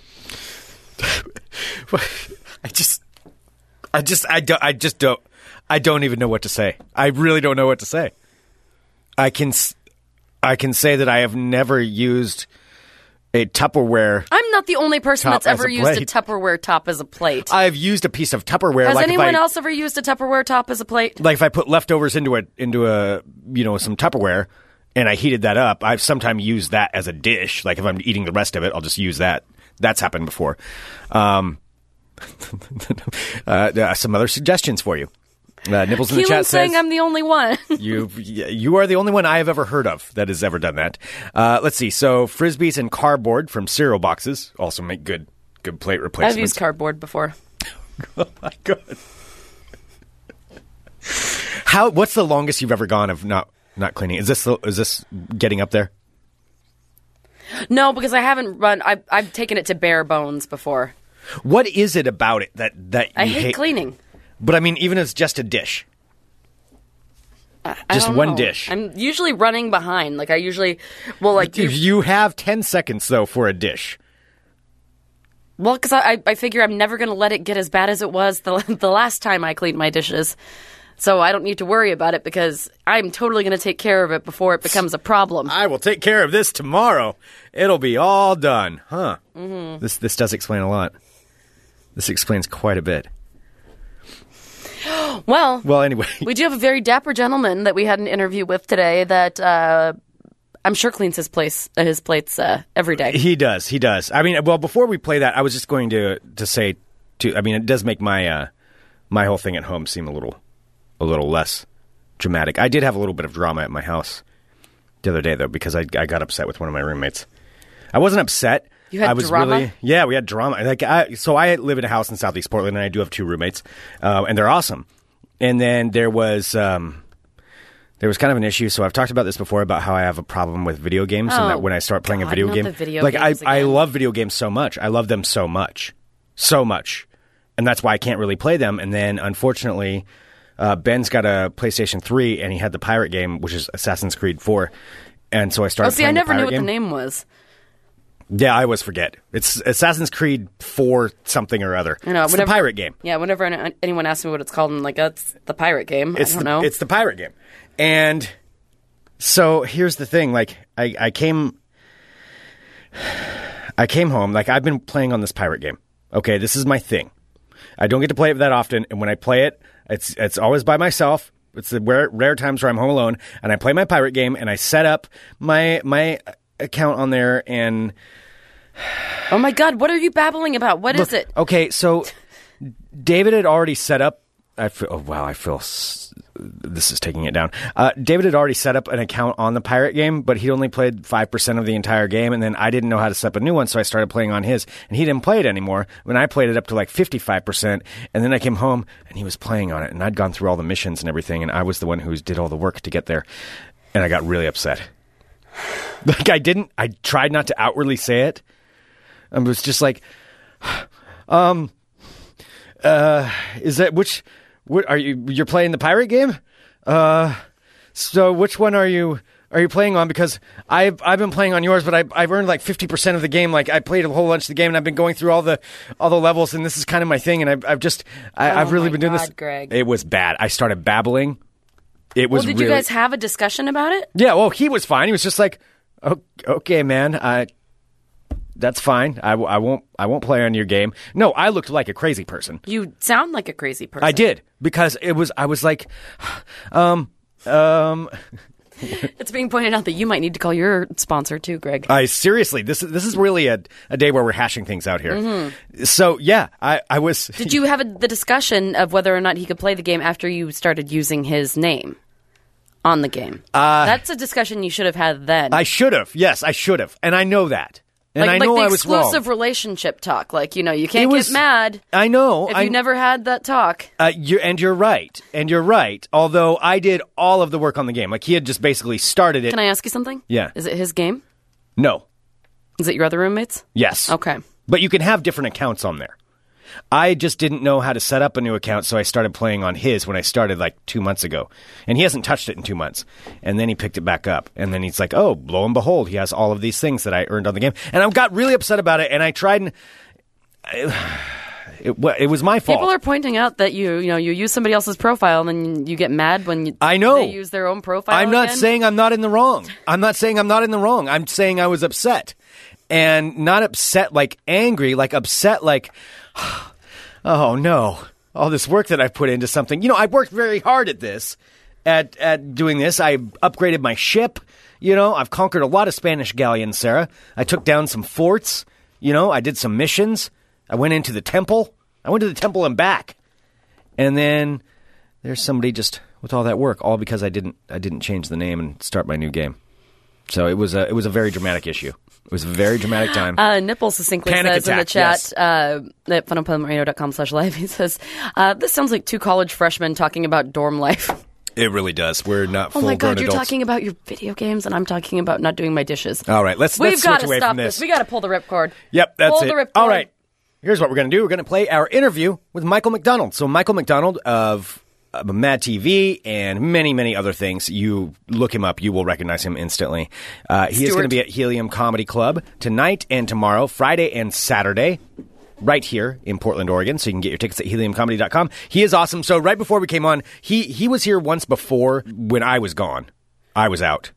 [SPEAKER 6] I just, I just, I don't, I just don't, I don't even know what to say. I really don't know what to say. I can, s- I can say that I have never used a Tupperware.
[SPEAKER 1] I'm not the only person
[SPEAKER 6] Top
[SPEAKER 1] that's
[SPEAKER 6] as
[SPEAKER 1] ever
[SPEAKER 6] a
[SPEAKER 1] used a
[SPEAKER 6] plate.
[SPEAKER 1] Tupperware top as a plate.
[SPEAKER 6] I've used a piece of Tupperware.
[SPEAKER 1] Has
[SPEAKER 6] like if
[SPEAKER 1] anyone
[SPEAKER 6] I,
[SPEAKER 1] else ever used a Tupperware top as a plate?
[SPEAKER 6] Like if I put leftovers into a into a you know some Tupperware and I heated that up, I've sometimes used that as a dish. Like if I'm eating the rest of it, I'll just use that. That's happened before. Um, *laughs* uh, there are some other suggestions for you. Uh, Nibbles in the chat
[SPEAKER 1] Keelan's saying um,
[SPEAKER 6] says
[SPEAKER 1] I'm the only
[SPEAKER 6] *laughs*
[SPEAKER 1] one.
[SPEAKER 6] you you are the only one I have ever heard of that has ever done that. Uh, let's see. So frisbees and cardboard from cereal boxes also make good good plate replacements.
[SPEAKER 1] I've used cardboard before.
[SPEAKER 6] My God. How? What's the longest you've ever gone of not not cleaning? Is this the- is this getting up there?
[SPEAKER 1] No, because I haven't run. I've, I've taken it to bare bones before.
[SPEAKER 6] What is it about it that that you
[SPEAKER 1] I hate, cleaning.
[SPEAKER 6] But I mean, even if it's just a dish,
[SPEAKER 1] I
[SPEAKER 6] just
[SPEAKER 1] don't
[SPEAKER 6] one
[SPEAKER 1] know.
[SPEAKER 6] dish.
[SPEAKER 1] I'm usually running behind. Like I usually, well, like
[SPEAKER 6] you, you have ten seconds though for a dish.
[SPEAKER 1] Well, because I, I- I figure I'm never going to let it get as bad as it was the, *laughs* the last time I cleaned my dishes. So I don't need to worry about it because I'm totally going to take care of it before it becomes a problem.
[SPEAKER 6] I will take care of this tomorrow. It'll be all done, huh? Mm-hmm. This this does explain a lot. This explains quite a bit.
[SPEAKER 1] Well,
[SPEAKER 6] Well, anyway,
[SPEAKER 1] we do have a very dapper gentleman that we had an interview with today that uh, I'm sure cleans his place uh, his plates uh, every day.
[SPEAKER 6] He does. He does. I mean, well, before we play that, I was just going to to say, to I mean, it does make my uh, my whole thing at home seem a little a little less dramatic. I did have a little bit of drama at my house the other day though because I I got upset with one of my roommates. I wasn't upset.
[SPEAKER 1] You had
[SPEAKER 6] I was
[SPEAKER 1] drama?
[SPEAKER 6] really yeah, we had drama. Like I, so I live in a house in Southeast Portland, and I do have two roommates, uh, and they're awesome. And then there was um, there was kind of an issue. So I've talked about this before about how I have a problem with video games,
[SPEAKER 1] Oh,
[SPEAKER 6] and that when I start playing
[SPEAKER 1] God,
[SPEAKER 6] a video
[SPEAKER 1] not
[SPEAKER 6] game,
[SPEAKER 1] the video
[SPEAKER 6] like
[SPEAKER 1] games
[SPEAKER 6] I, I
[SPEAKER 1] again.
[SPEAKER 6] love video games so much. I love them so much, so much, and that's why I can't really play them. And then unfortunately. Uh, Ben's got a PlayStation 3, and he had the pirate game, which is Assassin's Creed 4. And so I started.
[SPEAKER 1] Oh, see, I
[SPEAKER 6] playing the
[SPEAKER 1] never knew
[SPEAKER 6] pirate
[SPEAKER 1] what
[SPEAKER 6] game.
[SPEAKER 1] the name was.
[SPEAKER 6] Yeah, I always forget. It's Assassin's Creed Four something or other.
[SPEAKER 1] You know,
[SPEAKER 6] it's the
[SPEAKER 1] whenever-
[SPEAKER 6] pirate game.
[SPEAKER 1] Yeah, whenever an- anyone asks me what it's called, I'm like, that's the pirate game.
[SPEAKER 6] It's
[SPEAKER 1] I don't
[SPEAKER 6] the,
[SPEAKER 1] know.
[SPEAKER 6] It's the pirate game. And so here's the thing. Like I, I came, I came home. Like I've been playing on this pirate game. Okay, this is my thing. I don't get to play it that often, and when I play it, it's it's always by myself. It's the rare, rare times where I'm home alone, and I play my pirate game, and I set up my my account on there, and
[SPEAKER 1] oh my God, what are you babbling about? What is
[SPEAKER 6] Look,
[SPEAKER 1] it? *laughs*
[SPEAKER 6] Okay, so David had already set up. I feel, oh wow, I feel s- this is taking it down. Uh, David had already set up an account on the pirate game, but he only played five percent of the entire game, and then I didn't know how to set up a new one, so I started playing on his, and he didn't play it anymore. When I played it up to like fifty five percent, and then I came home and he was playing on it, and I'd gone through all the missions and everything, and I was the one who did all the work to get there, and I got really upset. *laughs* Like I didn't, I tried not to outwardly say it. I was just like, *sighs* um, uh, is that which what are you you're playing the pirate game uh so which one are you are you playing on because i've i've been playing on yours but I, i've earned like 50% of the game like i played a whole bunch of the game and i've been going through all the all the levels and this is kind of my thing and i've, I've just I, i've really
[SPEAKER 1] Oh my
[SPEAKER 6] been doing
[SPEAKER 1] God,
[SPEAKER 6] this
[SPEAKER 1] Greg.
[SPEAKER 6] it was bad i started babbling it was
[SPEAKER 1] Well, did
[SPEAKER 6] really
[SPEAKER 1] you guys have a discussion about it?
[SPEAKER 6] yeah, well, he was fine. He was just like, "O- okay, man, I, that's fine. I, w- I won't I won't play on your game. No, I looked like a crazy person.
[SPEAKER 1] You sound like a crazy person.
[SPEAKER 6] I did because it was I was like, *sighs* um, um,
[SPEAKER 1] It's being pointed out that you might need to call your sponsor too, Greg.
[SPEAKER 6] I seriously this is this is really a a day where we're hashing things out here. So yeah, I I was
[SPEAKER 1] Mm-hmm. Did you have a, the discussion of whether or not he could play the game after you started using his name on the game? Uh, That's a discussion you should have had then.
[SPEAKER 6] I should have yes I should have and I know that and
[SPEAKER 1] like,
[SPEAKER 6] I
[SPEAKER 1] like
[SPEAKER 6] know
[SPEAKER 1] the
[SPEAKER 6] I was wrong.
[SPEAKER 1] exclusive relationship talk. Like you know, you can't
[SPEAKER 6] It was-
[SPEAKER 1] get mad
[SPEAKER 6] I know
[SPEAKER 1] if
[SPEAKER 6] I,
[SPEAKER 1] you never had that talk.
[SPEAKER 6] Uh, you and you're right, and you're right. Although I did all of the work on the game, like he had just basically started it.
[SPEAKER 1] Can I ask you something?
[SPEAKER 6] Yeah.
[SPEAKER 1] Is it his game?
[SPEAKER 6] no,
[SPEAKER 1] Is it your other roommates?
[SPEAKER 6] yes,
[SPEAKER 1] Okay.
[SPEAKER 6] but you can have different accounts on there. I just didn't know how to set up a new account, so I started playing on his when I started like two months ago, and he hasn't touched it in two months. And then he picked it back up, and then he's like, "Oh, lo and behold, he has all of these things that I earned on the game," and I got really upset about *sighs* it, *sighs* and I tried and. It, wa- it was my fault.
[SPEAKER 1] People are pointing out that you, you know, you use somebody else's profile and then you get mad when you,
[SPEAKER 6] I know.
[SPEAKER 1] they use their own profile.
[SPEAKER 6] I'm not
[SPEAKER 1] again.
[SPEAKER 6] saying I'm not in the wrong. I'm not saying I'm not in the wrong. I'm saying I was upset. And not upset like angry, like upset like *sighs* oh no. All this work that I've put into something. You know, I worked very hard at this, at at doing this. I upgraded my ship, you know, I've conquered a lot of Spanish galleons, Sarah. I took down some forts, you know, I did some missions. I went into the temple. I went to the temple and back. And then there's somebody just with all that work, all because I didn't I didn't change the name and start my new game. So it was a it was a very dramatic issue. It was a very dramatic time.
[SPEAKER 1] Uh, Nipple succinctly
[SPEAKER 6] Panic
[SPEAKER 1] says in the
[SPEAKER 6] attack,
[SPEAKER 1] chat
[SPEAKER 6] yes.
[SPEAKER 1] uh, at funemploymentradio.com slash live, *laughs* he says, uh, this sounds like two college freshmen talking about dorm life. *laughs*
[SPEAKER 6] it really does. We're not
[SPEAKER 1] Oh
[SPEAKER 6] full
[SPEAKER 1] my
[SPEAKER 6] grown
[SPEAKER 1] God, you're
[SPEAKER 6] adults.
[SPEAKER 1] talking about your video games and I'm talking about not doing my dishes.
[SPEAKER 6] all right, let's
[SPEAKER 1] We've
[SPEAKER 6] let's
[SPEAKER 1] got
[SPEAKER 6] switch
[SPEAKER 1] to
[SPEAKER 6] away
[SPEAKER 1] stop
[SPEAKER 6] from this.
[SPEAKER 1] We got to pull the ripcord.
[SPEAKER 6] Yep, that's
[SPEAKER 1] pull
[SPEAKER 6] it.
[SPEAKER 1] the ripcord.
[SPEAKER 6] All right. Here's what we're going to do. We're going to play our interview with Michael McDonald. So Michael McDonald of uh, Mad TV and many, many other things. You look him up, you will recognize him instantly. Uh, he is going to be at Helium Comedy Club tonight and tomorrow, Friday and Saturday, right here in Portland, Oregon. So you can get your tickets at heliumcomedy.com. He is awesome. So right before we came on, he he was here once before when I was gone. I was out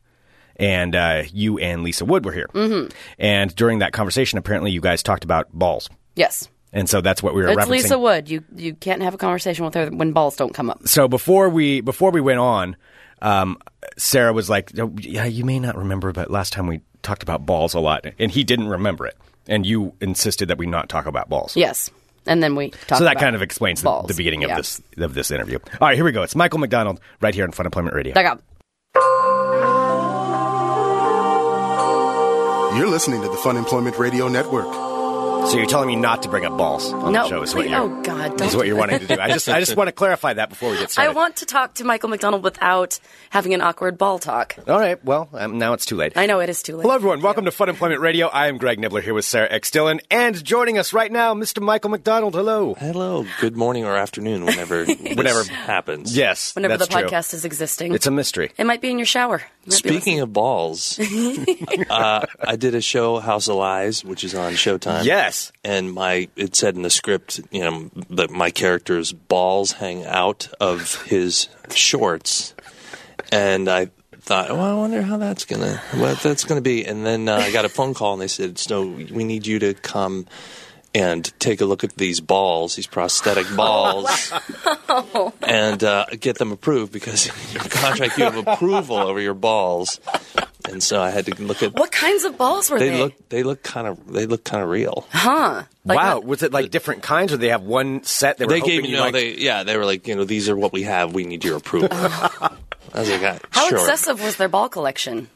[SPEAKER 6] and uh, you and Lisa Wood were here. Mm-hmm. And during that conversation, apparently you guys talked about balls,
[SPEAKER 1] Yes.
[SPEAKER 6] and so that's what we were
[SPEAKER 1] It's
[SPEAKER 6] referencing.
[SPEAKER 1] Lisa Wood. You you can't have a conversation with her when balls don't come up.
[SPEAKER 6] So before we before we went on, um, Sarah was like, "Oh, "Yeah, you may not remember, but last time we talked about balls a lot, and he didn't remember it, and you insisted that we not talk about balls."
[SPEAKER 1] Yes. And then we talk
[SPEAKER 6] So that
[SPEAKER 1] about
[SPEAKER 6] kind of explains the,
[SPEAKER 1] balls.
[SPEAKER 6] the beginning of
[SPEAKER 1] Yeah.
[SPEAKER 6] this of this interview. All right, here we go. It's Michael McDonald right here on Fun Employment Radio.
[SPEAKER 1] Dugout.
[SPEAKER 2] You're listening to the Fun Employment Radio Network.
[SPEAKER 6] So you're telling me not to bring up balls on
[SPEAKER 1] No,
[SPEAKER 6] the show is what
[SPEAKER 1] please-
[SPEAKER 6] you're
[SPEAKER 1] oh, God,
[SPEAKER 6] is
[SPEAKER 1] don't
[SPEAKER 6] what
[SPEAKER 1] do
[SPEAKER 6] you're wanting to do. I just I just want to clarify that before we get
[SPEAKER 1] I
[SPEAKER 6] started.
[SPEAKER 1] want to talk to Michael McDonald without having an awkward ball talk.
[SPEAKER 6] All right. Well, um, now it's too late.
[SPEAKER 1] I know it is too late.
[SPEAKER 6] Hello, everyone. Welcome to Fun Employment Radio. I am Greg Nibbler here with Sarah X. Dillon. And joining us right now, Mr. Michael McDonald. Hello.
[SPEAKER 8] Hello. Good morning or afternoon, whenever this
[SPEAKER 6] Whenever.
[SPEAKER 8] happens.
[SPEAKER 6] Yes.
[SPEAKER 1] Whenever
[SPEAKER 6] that's
[SPEAKER 1] the
[SPEAKER 6] true.
[SPEAKER 1] podcast is existing,
[SPEAKER 6] It's a mystery.
[SPEAKER 1] it might be in your shower. You might be
[SPEAKER 8] Speaking of balls, uh, I did a show, House of Lies, which is on Showtime.
[SPEAKER 6] Yes.
[SPEAKER 8] And my it said in the script, you know, that my character's balls hang out of his shorts, and I thought, well, I wonder how that's gonna what that's gonna be. And then uh, I got a phone call, and they said, "So we need you to come." And take a look at these balls, these prosthetic balls, and uh, get them approved because in your contract you have approval over your balls. And so I had to look at
[SPEAKER 1] What kinds of balls were they?
[SPEAKER 8] they, look they look kind of they look kind of real.
[SPEAKER 6] wow. was it like different kinds or they have one set that were
[SPEAKER 8] they gave
[SPEAKER 6] hoping
[SPEAKER 8] me
[SPEAKER 6] you
[SPEAKER 8] no,
[SPEAKER 6] liked?
[SPEAKER 8] they yeah they were like you know these are what we have we need
[SPEAKER 1] *laughs*
[SPEAKER 8] your approval. I was like, ah,
[SPEAKER 1] How
[SPEAKER 8] sure.
[SPEAKER 1] excessive was their ball collection?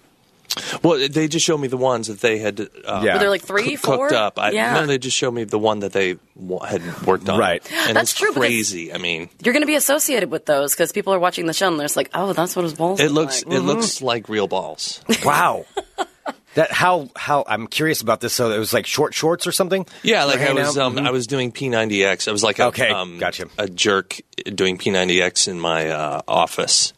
[SPEAKER 8] Well, they just showed me the ones that they had. Uh,
[SPEAKER 6] Yeah. Were there,
[SPEAKER 1] like, three,
[SPEAKER 8] coo- cooked
[SPEAKER 1] four?
[SPEAKER 8] up. I,
[SPEAKER 1] Yeah.
[SPEAKER 8] No, they just showed me the one that they w- had worked on.
[SPEAKER 6] Right.
[SPEAKER 8] and
[SPEAKER 1] That's
[SPEAKER 8] it's
[SPEAKER 1] true, because-
[SPEAKER 8] Crazy. I mean,
[SPEAKER 1] You're going to be associated with those because people are watching the show and they're just like, oh, that's what his balls
[SPEAKER 8] it
[SPEAKER 1] look
[SPEAKER 8] looks
[SPEAKER 1] like. mm-hmm.
[SPEAKER 8] it looks like
[SPEAKER 6] *laughs*
[SPEAKER 8] real balls.
[SPEAKER 6] Wow. that how how I'm curious about this. So it was like short shorts or something.
[SPEAKER 8] Yeah, like I
[SPEAKER 6] hanging
[SPEAKER 8] was,
[SPEAKER 6] out?
[SPEAKER 8] um, I was doing P90X. I was like, a,
[SPEAKER 6] Okay,
[SPEAKER 8] um,
[SPEAKER 6] gotcha.
[SPEAKER 8] a jerk doing P90X in my uh,
[SPEAKER 6] *laughs*
[SPEAKER 8] office,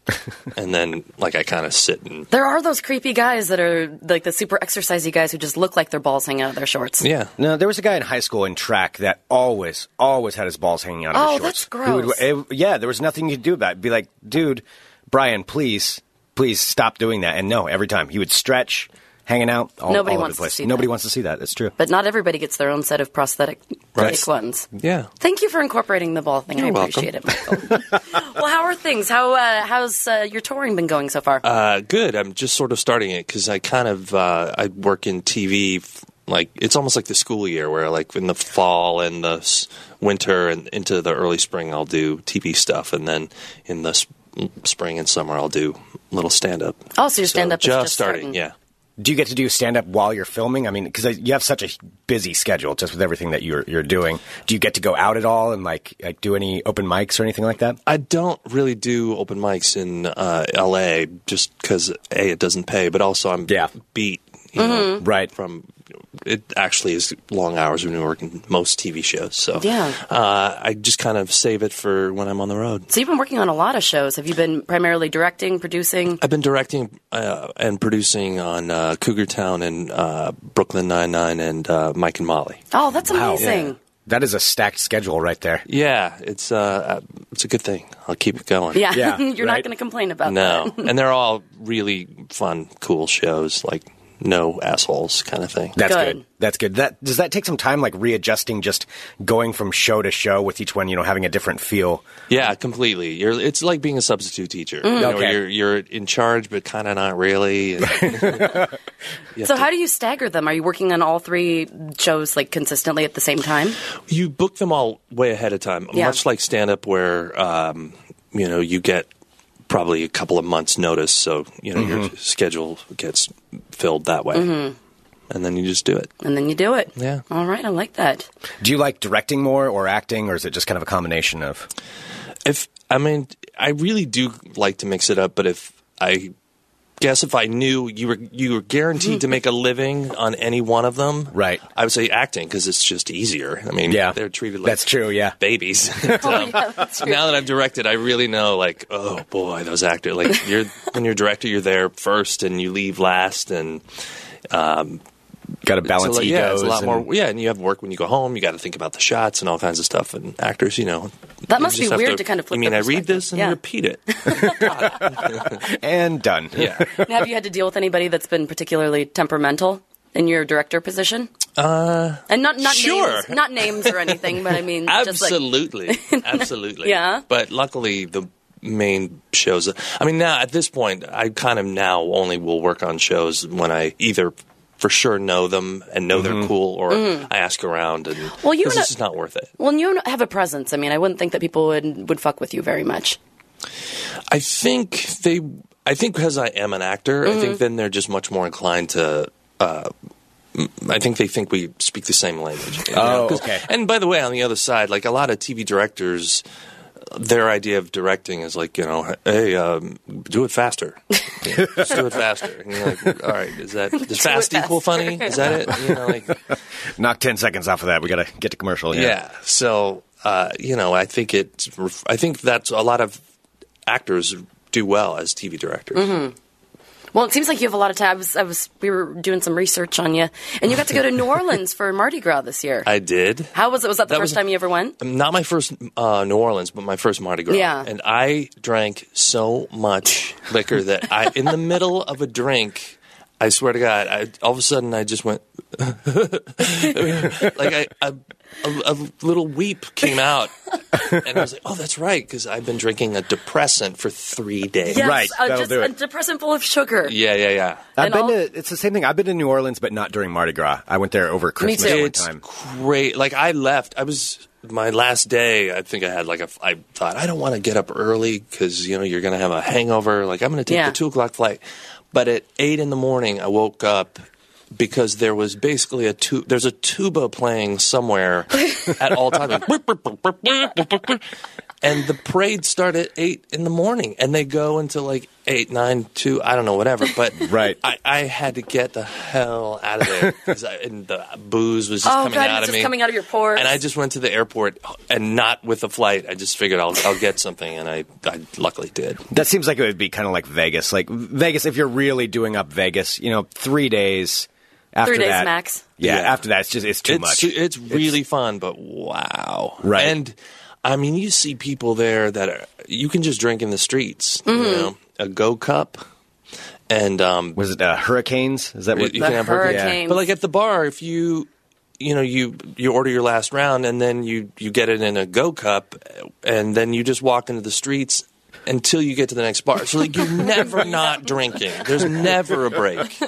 [SPEAKER 8] and then like I kind of sit and
[SPEAKER 1] There are those creepy guys that are like the super exercisey guys who just look like their balls hang out of their shorts.
[SPEAKER 8] yeah.
[SPEAKER 6] No, there was a guy in high school in track that always, always had his balls hanging out of
[SPEAKER 1] Oh,
[SPEAKER 6] his shorts.
[SPEAKER 1] that's
[SPEAKER 6] He would-
[SPEAKER 1] gross.
[SPEAKER 6] it- yeah, there was nothing you could do about it. Be like, dude, Brian, please, please stop doing that. And no, every time he would stretch, hanging out all,
[SPEAKER 1] Nobody
[SPEAKER 6] all over
[SPEAKER 1] wants
[SPEAKER 6] the
[SPEAKER 1] to
[SPEAKER 6] place.
[SPEAKER 1] see
[SPEAKER 6] Nobody
[SPEAKER 1] that.
[SPEAKER 6] wants to see that. That's true.
[SPEAKER 1] But not everybody gets their own set of prosthetic
[SPEAKER 8] Right.
[SPEAKER 1] fake ones.
[SPEAKER 8] Yeah.
[SPEAKER 1] Thank you for incorporating the ball thing. I
[SPEAKER 8] You're welcome.
[SPEAKER 1] appreciate it, Michael. well, how are things? How uh, how's uh, your touring been going so far?
[SPEAKER 8] Uh, good. I'm just sort of starting it because I kind of uh, I work in TV. f- Like it's almost like the school year where like in the fall and the s- winter and into the early spring I'll do TV stuff, and then in the s- spring and summer I'll do little stand up.
[SPEAKER 1] Oh, so your stand-up is
[SPEAKER 8] just,
[SPEAKER 1] just
[SPEAKER 8] starting.
[SPEAKER 1] starting.
[SPEAKER 8] Yeah.
[SPEAKER 6] Do you get to do stand up while you're filming? I mean, because you have such a busy schedule just with everything that you're you're doing. Do you get to go out at all and like, like do any open mics or anything like that?
[SPEAKER 8] I don't really do open mics in uh, LA just because a it doesn't pay, but also I'm
[SPEAKER 6] Yeah.
[SPEAKER 8] beat. You know,
[SPEAKER 1] Mm-hmm.
[SPEAKER 6] Right.
[SPEAKER 8] From it actually is long hours when you work in most TV shows. So
[SPEAKER 1] Yeah.
[SPEAKER 8] uh, I just kind of save it for when I'm on the road.
[SPEAKER 1] so you've been working on a lot of shows. Have you been primarily directing, producing?
[SPEAKER 8] I've been directing uh, and producing on uh, Cougar Town and uh, Brooklyn Nine Nine and uh, Mike and Molly.
[SPEAKER 1] Oh, that's amazing.
[SPEAKER 6] That is a stacked schedule right there.
[SPEAKER 8] Yeah, it's uh, it's a good thing. I'll keep it going.
[SPEAKER 1] Yeah, *laughs*
[SPEAKER 6] Yeah,
[SPEAKER 1] you're
[SPEAKER 6] right.
[SPEAKER 1] not going to complain about
[SPEAKER 8] No, *laughs* and they're all really fun, cool shows. Like no assholes kind of thing.
[SPEAKER 6] That's good.
[SPEAKER 1] Good.
[SPEAKER 6] That's good. That does that take some time, like readjusting, just going from show to show with each one, you know, having a different feel.
[SPEAKER 8] Yeah, completely. You're it's like being a substitute teacher. You
[SPEAKER 1] Mm.
[SPEAKER 8] know,
[SPEAKER 6] Okay.
[SPEAKER 8] you're you're in charge, but kind of not
[SPEAKER 1] *laughs*
[SPEAKER 8] really. And
[SPEAKER 1] that. So, how do you stagger them? Are you working on all three shows like consistently at the same time?
[SPEAKER 8] you book them all way ahead of time,
[SPEAKER 1] Yeah.
[SPEAKER 8] much like stand up, where um, you know you get probably a couple of months notice, so you know
[SPEAKER 6] Mm-hmm.
[SPEAKER 8] your schedule gets filled that way, and then you just do it.
[SPEAKER 1] And then you do it.
[SPEAKER 8] Yeah.
[SPEAKER 1] All right, I like that.
[SPEAKER 6] Do you like directing more or acting, or is it just kind of a combination of?
[SPEAKER 8] If I mean, I really do like to mix it up, but if I guess if I knew you were you were guaranteed to make a living on any one of them,
[SPEAKER 6] Right.
[SPEAKER 8] I would say acting because it's just easier. I mean,
[SPEAKER 6] Yeah,
[SPEAKER 8] they're treated like
[SPEAKER 6] that's true. Yeah,
[SPEAKER 8] babies.
[SPEAKER 6] *laughs*
[SPEAKER 8] *laughs*
[SPEAKER 1] Oh
[SPEAKER 8] Um, now that I've directed, I really know like, oh boy, those actors. Like you're *laughs* when you're a director, you're there first and you leave last, and
[SPEAKER 6] got to
[SPEAKER 8] so,
[SPEAKER 6] balance
[SPEAKER 8] like,
[SPEAKER 6] egos.
[SPEAKER 8] yeah, it's a lot
[SPEAKER 6] and-
[SPEAKER 8] more. Yeah, and you have work when you go home. You got to think about the shots and all kinds of stuff. And actors, you know,
[SPEAKER 1] That
[SPEAKER 8] you
[SPEAKER 1] must be
[SPEAKER 8] just have
[SPEAKER 1] weird to kind of flip
[SPEAKER 8] I mean,
[SPEAKER 1] their
[SPEAKER 8] I read
[SPEAKER 1] perspective.
[SPEAKER 8] this and
[SPEAKER 1] Yeah.
[SPEAKER 8] repeat
[SPEAKER 1] *laughs*
[SPEAKER 8] it.
[SPEAKER 6] and done.
[SPEAKER 8] Yeah. *laughs*
[SPEAKER 1] And have you had to deal with anybody that's been particularly temperamental in your director position? Uh, and not not
[SPEAKER 8] sure.
[SPEAKER 1] names, not names or anything, but I mean, just like *laughs*
[SPEAKER 8] Absolutely, absolutely.
[SPEAKER 1] Yeah.
[SPEAKER 8] But luckily, the main shows. I mean, now at this point, I kind of now only will work on shows when I either for sure know them and know they're cool, or I ask around and
[SPEAKER 1] Mm-hmm. Well, you
[SPEAKER 8] 'cause
[SPEAKER 1] know-
[SPEAKER 8] it's just not worth it.
[SPEAKER 1] Well, and you don't have a presence. I mean, I wouldn't think that people would would fuck with you very much.
[SPEAKER 8] I think they. I think because I am an actor, I think then they're just much more inclined to. Uh, m- I think they think we speak the same language. you know?
[SPEAKER 6] Oh,
[SPEAKER 8] 'Cause-
[SPEAKER 6] okay.
[SPEAKER 8] And by the way, on the other side, like a lot of TV directors, their idea of directing is like, you know, hey, um, do it faster. You know, just do it faster. And you're like, all right, is that does fast equal funny? Is that it? You know, like.
[SPEAKER 6] Knock ten seconds off of that. We got to get to commercial. Here.
[SPEAKER 8] Yeah. So uh, you know, I think it. I think that's a lot of actors do well as TV directors.
[SPEAKER 1] Well, it seems like you have a lot of tabs. I was we were doing some research on you, and you got to go to
[SPEAKER 6] *laughs*
[SPEAKER 1] New Orleans for Mardi Gras this year.
[SPEAKER 8] I did.
[SPEAKER 1] How was it? Was that the
[SPEAKER 8] That
[SPEAKER 1] first
[SPEAKER 8] was-
[SPEAKER 1] time you ever went?
[SPEAKER 8] Not my first uh, New Orleans, but my first Mardi Gras.
[SPEAKER 1] Yeah.
[SPEAKER 8] And I drank so much liquor that I, in the middle of a drink, I swear to God, I, all of a sudden I just went *laughs* like I, a, a, a little weep came out, and I was like, "Oh, that's right," because I've been drinking a depressant for three days.
[SPEAKER 1] Yes,
[SPEAKER 6] Right,
[SPEAKER 1] uh,
[SPEAKER 6] that'll
[SPEAKER 1] just
[SPEAKER 6] do
[SPEAKER 1] a
[SPEAKER 6] it.
[SPEAKER 1] depressant full of sugar.
[SPEAKER 8] Yeah, yeah, yeah.
[SPEAKER 6] I've
[SPEAKER 1] And
[SPEAKER 6] been
[SPEAKER 1] all-
[SPEAKER 6] to. It's the same thing. I've been to New Orleans, but not during Mardi Gras. I went there over Christmas
[SPEAKER 1] too.
[SPEAKER 6] one
[SPEAKER 8] it's
[SPEAKER 6] time.
[SPEAKER 8] great. Like I left. I was my last day. I think I had like a. I thought I don't want to get up early because you know you're going to have a hangover. Like I'm going to take
[SPEAKER 1] Yeah.
[SPEAKER 8] the two o'clock flight. But at eight in the morning, I woke up because there was basically a tu- there's a tuba
[SPEAKER 1] *laughs*
[SPEAKER 8] playing somewhere at all times. and the parade started at eight in the morning, and they go until like eight, nine, two, I don't know, whatever.
[SPEAKER 1] *laughs*
[SPEAKER 8] But
[SPEAKER 6] Right.
[SPEAKER 8] I, I had to get the hell out of there because and the booze was just
[SPEAKER 1] Oh,
[SPEAKER 8] coming
[SPEAKER 1] God,
[SPEAKER 8] out
[SPEAKER 1] it's
[SPEAKER 8] of
[SPEAKER 1] just
[SPEAKER 8] me,
[SPEAKER 1] coming out of your pores.
[SPEAKER 8] And I just went to the airport and not with a flight. I just figured I'll I'll get something, and I I luckily did.
[SPEAKER 6] That seems like it would be kind of like Vegas. Like Vegas, if you're really doing up Vegas, you know, three days. After
[SPEAKER 1] Three days
[SPEAKER 6] that-
[SPEAKER 1] max.
[SPEAKER 6] Yeah,
[SPEAKER 8] Yeah.
[SPEAKER 6] after that, it's just it's too
[SPEAKER 8] it's,
[SPEAKER 6] much.
[SPEAKER 8] It's really fun, but wow.
[SPEAKER 6] Right.
[SPEAKER 8] And I mean, you see people there that are, you can just drink in the streets, you know, a go cup. And um,
[SPEAKER 6] Was it uh, hurricanes? Is that what?
[SPEAKER 8] you
[SPEAKER 1] The
[SPEAKER 8] can have hurricane.
[SPEAKER 1] hurricanes.
[SPEAKER 8] But like at the bar, if you you know you you order your last round and then you you get it in a go cup and then you just walk into the streets until you get to the next bar. So like you're never not drinking. There's never a break.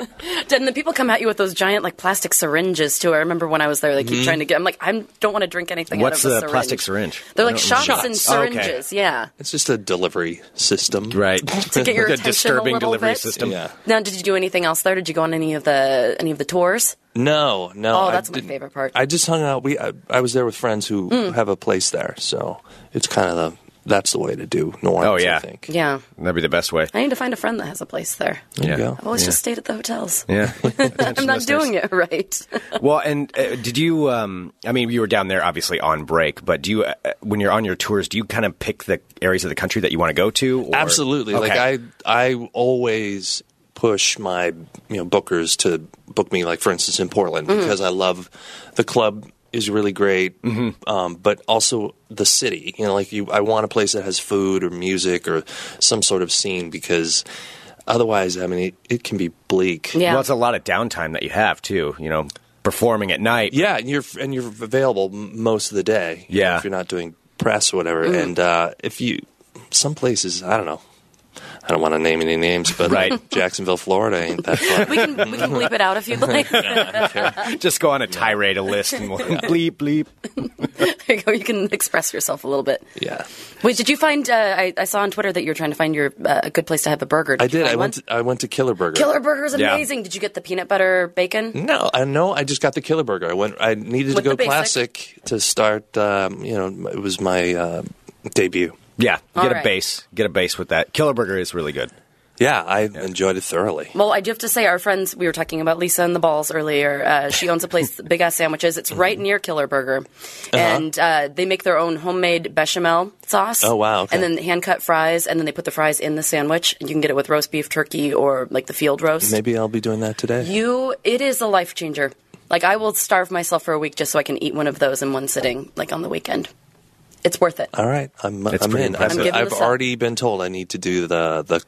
[SPEAKER 1] And the people come at you with those giant like plastic syringes too. I remember when I was there, they keep trying to get. I'm like, I don't want to drink anything.
[SPEAKER 6] Mm-hmm. What's
[SPEAKER 1] out of
[SPEAKER 6] the
[SPEAKER 1] a syringe.
[SPEAKER 6] plastic syringe?
[SPEAKER 1] They're
[SPEAKER 6] I
[SPEAKER 1] like
[SPEAKER 6] don't
[SPEAKER 1] shots,
[SPEAKER 6] remember.
[SPEAKER 1] and
[SPEAKER 6] Oh, okay.
[SPEAKER 1] syringes. Yeah.
[SPEAKER 8] It's just a delivery system.
[SPEAKER 6] Right.
[SPEAKER 1] To get your
[SPEAKER 6] Like
[SPEAKER 1] attention
[SPEAKER 6] a
[SPEAKER 1] a
[SPEAKER 6] disturbing
[SPEAKER 1] little
[SPEAKER 6] delivery
[SPEAKER 1] bit.
[SPEAKER 6] system.
[SPEAKER 8] Yeah.
[SPEAKER 1] Now, did you do anything else there? Did you go on any of the any of the tours?
[SPEAKER 8] No, no.
[SPEAKER 1] Oh,
[SPEAKER 8] I
[SPEAKER 1] that's my
[SPEAKER 8] didn't-
[SPEAKER 1] favorite part. Mm.
[SPEAKER 8] I just hung out. We I, I was there with friends who have a place there, so it's kind of the that's the way to do New Orleans.
[SPEAKER 6] Oh, yeah.
[SPEAKER 8] I think.
[SPEAKER 1] Yeah.
[SPEAKER 6] That'd be the best way.
[SPEAKER 1] I need to find a friend that has a place there.
[SPEAKER 8] There
[SPEAKER 6] Yeah.
[SPEAKER 8] you go.
[SPEAKER 1] I've always just stayed at the hotels.
[SPEAKER 6] Yeah,
[SPEAKER 1] *laughs* I'm not doing it right.
[SPEAKER 6] Well, and uh, did you? Um, I mean, you were down there obviously on break, but do you, uh, uh, when you're on your tours, do you kind of pick the areas of the country that you want to go to? Or?
[SPEAKER 8] Absolutely. Like I, I always push
[SPEAKER 1] Mm.
[SPEAKER 8] my you know bookers to book me. Like for instance, in Portland because I love the club is really great,
[SPEAKER 6] Mm-hmm.
[SPEAKER 8] um, but also the city. You know, like you, I want a place that has food or music or some sort of scene because otherwise, I mean, it, it can be bleak.
[SPEAKER 1] Yeah.
[SPEAKER 6] Well, it's a lot of downtime that you have too. You know, performing at night.
[SPEAKER 8] Yeah, and you're and you're available m- most of the day. you know,
[SPEAKER 6] Yeah.
[SPEAKER 8] if you're not doing press or whatever,
[SPEAKER 1] Mm.
[SPEAKER 8] and uh, if you some places, I don't know. I don't want to name any names, but
[SPEAKER 6] Right.
[SPEAKER 8] like, Jacksonville, Florida ain't that fun.
[SPEAKER 1] We can we can bleep it out if you'd like.
[SPEAKER 6] *laughs* Just go on a tirade, a list,
[SPEAKER 8] *laughs*
[SPEAKER 6] and we'll bleep bleep.
[SPEAKER 1] There you go. You can express yourself a little bit.
[SPEAKER 8] yeah,
[SPEAKER 1] Wait, did you find? Uh, I, I saw on Twitter that you were trying to find your uh, a good place to have a burger.
[SPEAKER 8] I
[SPEAKER 1] you
[SPEAKER 8] did.
[SPEAKER 1] find
[SPEAKER 8] I
[SPEAKER 1] one?
[SPEAKER 8] went. To, I went to Killer Burger.
[SPEAKER 1] Killer Burger is
[SPEAKER 6] Yeah.
[SPEAKER 1] amazing. Did you get the peanut butter bacon?
[SPEAKER 8] No, I know. I just got the Killer Burger. I went. I needed
[SPEAKER 1] With the
[SPEAKER 8] to go
[SPEAKER 1] basic.
[SPEAKER 8] classic to start. Um, you know, it was my uh, debut.
[SPEAKER 6] Yeah,
[SPEAKER 1] All
[SPEAKER 6] get a
[SPEAKER 1] right.
[SPEAKER 6] base, get a base with that. Killer Burger is really good.
[SPEAKER 8] Yeah, I enjoyed it thoroughly.
[SPEAKER 1] Well, I do have to say, our friends, we were talking about Lisa and the Balls earlier. Uh, she owns a place, *laughs* Big Ass Sandwiches. It's
[SPEAKER 8] Mm-hmm.
[SPEAKER 1] right near Killer Burger.
[SPEAKER 8] Uh-huh.
[SPEAKER 1] And uh, they make their own homemade bechamel sauce.
[SPEAKER 8] Oh, wow, okay.
[SPEAKER 1] And then hand cut fries, and then they put the fries in the sandwich. And you can get it with roast beef, turkey, or like the field roast.
[SPEAKER 8] Maybe I'll be doing that today.
[SPEAKER 1] You, it is a life changer. Like, I will starve myself for a week just so I can eat one of those in one sitting, like on the weekend. It's worth it.
[SPEAKER 6] Uh,
[SPEAKER 8] All right, I'm.
[SPEAKER 6] That's
[SPEAKER 8] I'm
[SPEAKER 6] pretty
[SPEAKER 8] in.
[SPEAKER 1] I'm
[SPEAKER 6] impressive.
[SPEAKER 8] I've,
[SPEAKER 1] giving
[SPEAKER 8] I've
[SPEAKER 1] this up.
[SPEAKER 8] already been told I need to do the the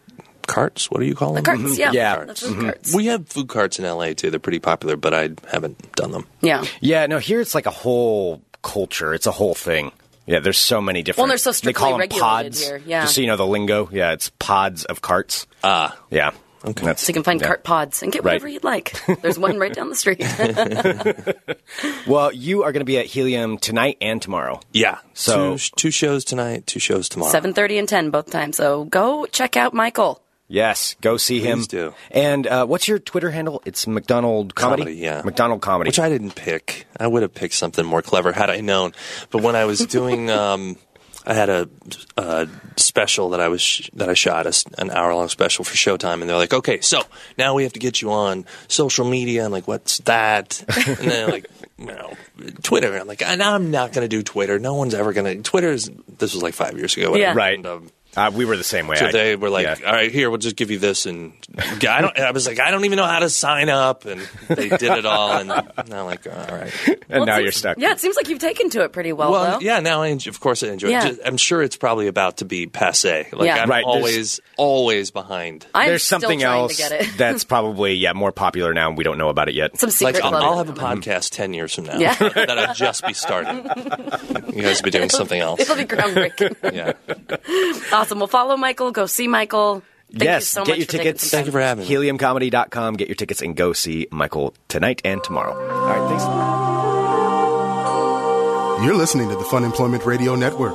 [SPEAKER 8] carts. What do you call
[SPEAKER 1] The
[SPEAKER 8] them? Mm-hmm.
[SPEAKER 1] carts, yeah.
[SPEAKER 6] mm-hmm. Yeah.
[SPEAKER 1] The food carts.
[SPEAKER 8] We have food carts in LA too. They're pretty popular, but I haven't done them.
[SPEAKER 1] yeah.
[SPEAKER 6] Yeah, no, here it's like a whole culture. It's a whole thing. Yeah, there's so many
[SPEAKER 1] Well,
[SPEAKER 6] different.
[SPEAKER 1] they're so
[SPEAKER 6] They call them
[SPEAKER 1] strictly regulated
[SPEAKER 6] pods.
[SPEAKER 1] here, yeah.
[SPEAKER 6] Just so you know the lingo. Yeah, it's pods of carts.
[SPEAKER 8] Oh,
[SPEAKER 6] Ah. yeah. Okay.
[SPEAKER 1] So you can find cart pods and get
[SPEAKER 6] Right.
[SPEAKER 1] whatever you'd
[SPEAKER 6] *laughs*
[SPEAKER 1] like. There's one right down the street.
[SPEAKER 6] Well, you are going to be at Helium tonight and tomorrow.
[SPEAKER 8] Yeah.
[SPEAKER 6] So-
[SPEAKER 8] two, two shows tonight, two shows tomorrow.
[SPEAKER 1] Seven thirty and ten both times. So go check out Michael.
[SPEAKER 6] Yes, go see him.
[SPEAKER 8] Please do.
[SPEAKER 6] And uh, what's your Twitter handle? It's McDonald Comedy.
[SPEAKER 8] Comedy, yeah.
[SPEAKER 6] McDonald Comedy.
[SPEAKER 8] Which I didn't pick. I would have picked something more clever had I known. But when I was
[SPEAKER 6] *laughs*
[SPEAKER 8] doing, um, I had a, a special that I was sh- that I shot, a s an hour long special for Showtime, and they're like, "Okay, so now we have to get you on social media." And like, "What's that?"
[SPEAKER 6] *laughs*
[SPEAKER 8] And then like, you know, Twitter. And I'm like, "And I'm not going to do Twitter. No one's ever going to. Twitter's. This was like five years ago.
[SPEAKER 1] Yeah.
[SPEAKER 6] Right.
[SPEAKER 8] And, um,
[SPEAKER 6] uh, we were the same way.
[SPEAKER 8] so
[SPEAKER 6] I-
[SPEAKER 8] they were like,
[SPEAKER 6] yeah.
[SPEAKER 8] "All right, here, we'll just give you this." And I don't. I was like, "I don't even know how to sign up," and they did it all. And I'm like, "All right."
[SPEAKER 6] and
[SPEAKER 1] Well, it
[SPEAKER 6] now
[SPEAKER 1] seems-
[SPEAKER 6] you're stuck.
[SPEAKER 1] Yeah, it seems like you've taken to it pretty well,
[SPEAKER 8] Well,
[SPEAKER 1] though.
[SPEAKER 8] yeah. Now, I, en- of course, I enjoy.
[SPEAKER 1] Yeah.
[SPEAKER 8] it. Just- I'm sure it's probably about to be passe. Like
[SPEAKER 1] Yeah.
[SPEAKER 8] I'm
[SPEAKER 6] Right, there's-
[SPEAKER 8] always, always behind.
[SPEAKER 1] I'm
[SPEAKER 6] There's
[SPEAKER 1] still
[SPEAKER 6] something
[SPEAKER 1] trying
[SPEAKER 6] else
[SPEAKER 1] to get it.
[SPEAKER 6] *laughs* that's probably yeah more popular now, and we don't know about
[SPEAKER 8] *laughs*
[SPEAKER 6] it yet.
[SPEAKER 1] Some
[SPEAKER 8] Like
[SPEAKER 1] secret
[SPEAKER 8] I'll,
[SPEAKER 1] club.
[SPEAKER 8] I'll have a
[SPEAKER 6] Mm-hmm.
[SPEAKER 8] podcast ten years from now
[SPEAKER 1] Yeah.
[SPEAKER 8] *laughs* that I'll just be starting. You guys will be doing something
[SPEAKER 1] *laughs*
[SPEAKER 8] else.
[SPEAKER 1] It'll be groundbreaking.
[SPEAKER 8] Yeah.
[SPEAKER 1] awesome. Well, follow Michael. Go see Michael. Thank
[SPEAKER 6] yes,
[SPEAKER 1] you so
[SPEAKER 6] get
[SPEAKER 1] much
[SPEAKER 6] your
[SPEAKER 1] for taking
[SPEAKER 6] tickets.
[SPEAKER 1] some time.
[SPEAKER 8] Thank you for having me.
[SPEAKER 6] Heliumcomedy.com. Get your tickets and go see Michael tonight and tomorrow. All right, thanks.
[SPEAKER 2] You're listening to the Fun Employment Radio Network.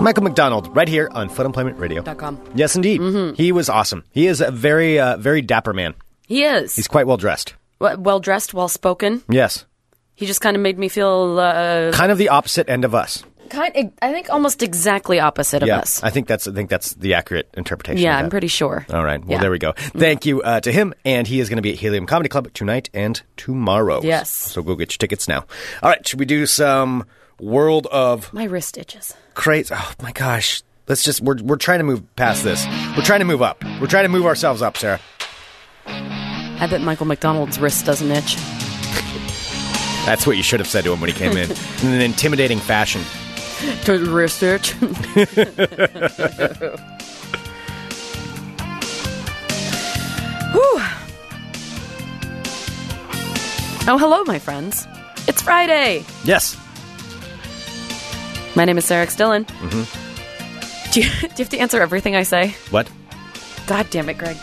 [SPEAKER 6] Michael McDonald, right here on Fun Employment Radio.
[SPEAKER 1] com.
[SPEAKER 6] Yes, indeed.
[SPEAKER 1] Mm-hmm.
[SPEAKER 6] He was awesome. He is a very, uh, very dapper man.
[SPEAKER 1] He is
[SPEAKER 6] He's quite well dressed.
[SPEAKER 1] well dressed, well spoken.
[SPEAKER 6] Yes.
[SPEAKER 1] He just kind of made me feel uh,
[SPEAKER 6] Kind of the opposite end of us.
[SPEAKER 1] kind. e, I think almost exactly opposite
[SPEAKER 6] yeah.
[SPEAKER 1] of us.
[SPEAKER 6] I think that's I think that's the accurate interpretation.
[SPEAKER 1] yeah,
[SPEAKER 6] of
[SPEAKER 1] I'm
[SPEAKER 6] that.
[SPEAKER 1] pretty sure.
[SPEAKER 6] All right. Well,
[SPEAKER 1] Yeah. Mm-hmm.
[SPEAKER 6] there we go. Thank you uh, to him, and he is going to be at Helium Comedy Club tonight and tomorrow.
[SPEAKER 1] Yes.
[SPEAKER 6] So go get your tickets now. All right. Should we do some world of
[SPEAKER 1] My wrist itches.
[SPEAKER 6] crazy? Oh my gosh. Let's just we're we're trying to move past this. We're trying to move up. We're trying to move ourselves up, Sarah.
[SPEAKER 1] I bet Michael McDonald's wrist doesn't itch.
[SPEAKER 6] That's what you should have said to him when he came in in an intimidating fashion.
[SPEAKER 1] To the wrist itch. *laughs* Whew. Oh, hello, my friends. It's Friday.
[SPEAKER 6] Yes.
[SPEAKER 1] My name is Sarah X. Dillon. Mm-hmm.
[SPEAKER 6] Mm-hmm.
[SPEAKER 1] Do, you, *laughs* do you have to answer everything I say?
[SPEAKER 6] What?
[SPEAKER 1] God damn it, Greg.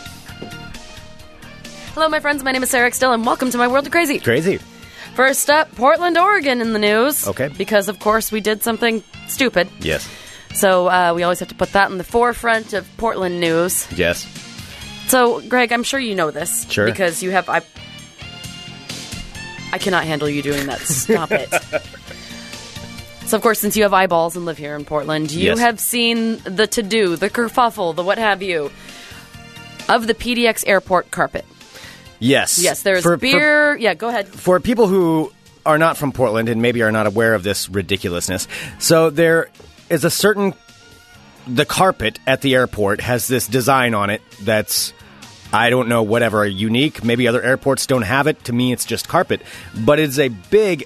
[SPEAKER 1] Hello, my friends. My name is Sarah X. Dillon. Welcome to my world of crazy.
[SPEAKER 6] Crazy.
[SPEAKER 1] First up, Portland, Oregon in the news.
[SPEAKER 6] Okay.
[SPEAKER 1] Because, of course, we did something stupid.
[SPEAKER 6] Yes.
[SPEAKER 1] So uh, we always have to put that in the forefront of Portland news.
[SPEAKER 6] Yes.
[SPEAKER 1] So, Greg, I'm sure you know this.
[SPEAKER 6] Sure.
[SPEAKER 1] Because you have. I, I cannot handle you doing that. Stop
[SPEAKER 6] *laughs*
[SPEAKER 1] it. So, of course, since you have eyeballs and live here in Portland, you
[SPEAKER 6] Yes.
[SPEAKER 1] have seen the to do, the kerfuffle, the what have you of the PDX airport carpet.
[SPEAKER 6] Yes.
[SPEAKER 1] Yes, there's
[SPEAKER 6] For- for-
[SPEAKER 1] beer. yeah, go ahead.
[SPEAKER 6] for people who are not from Portland and maybe are not aware of this ridiculousness, so there is a certain the carpet at the airport has this design on it that's I don't know whatever unique. Maybe other airports don't have it. To me, it's just carpet, but it's a big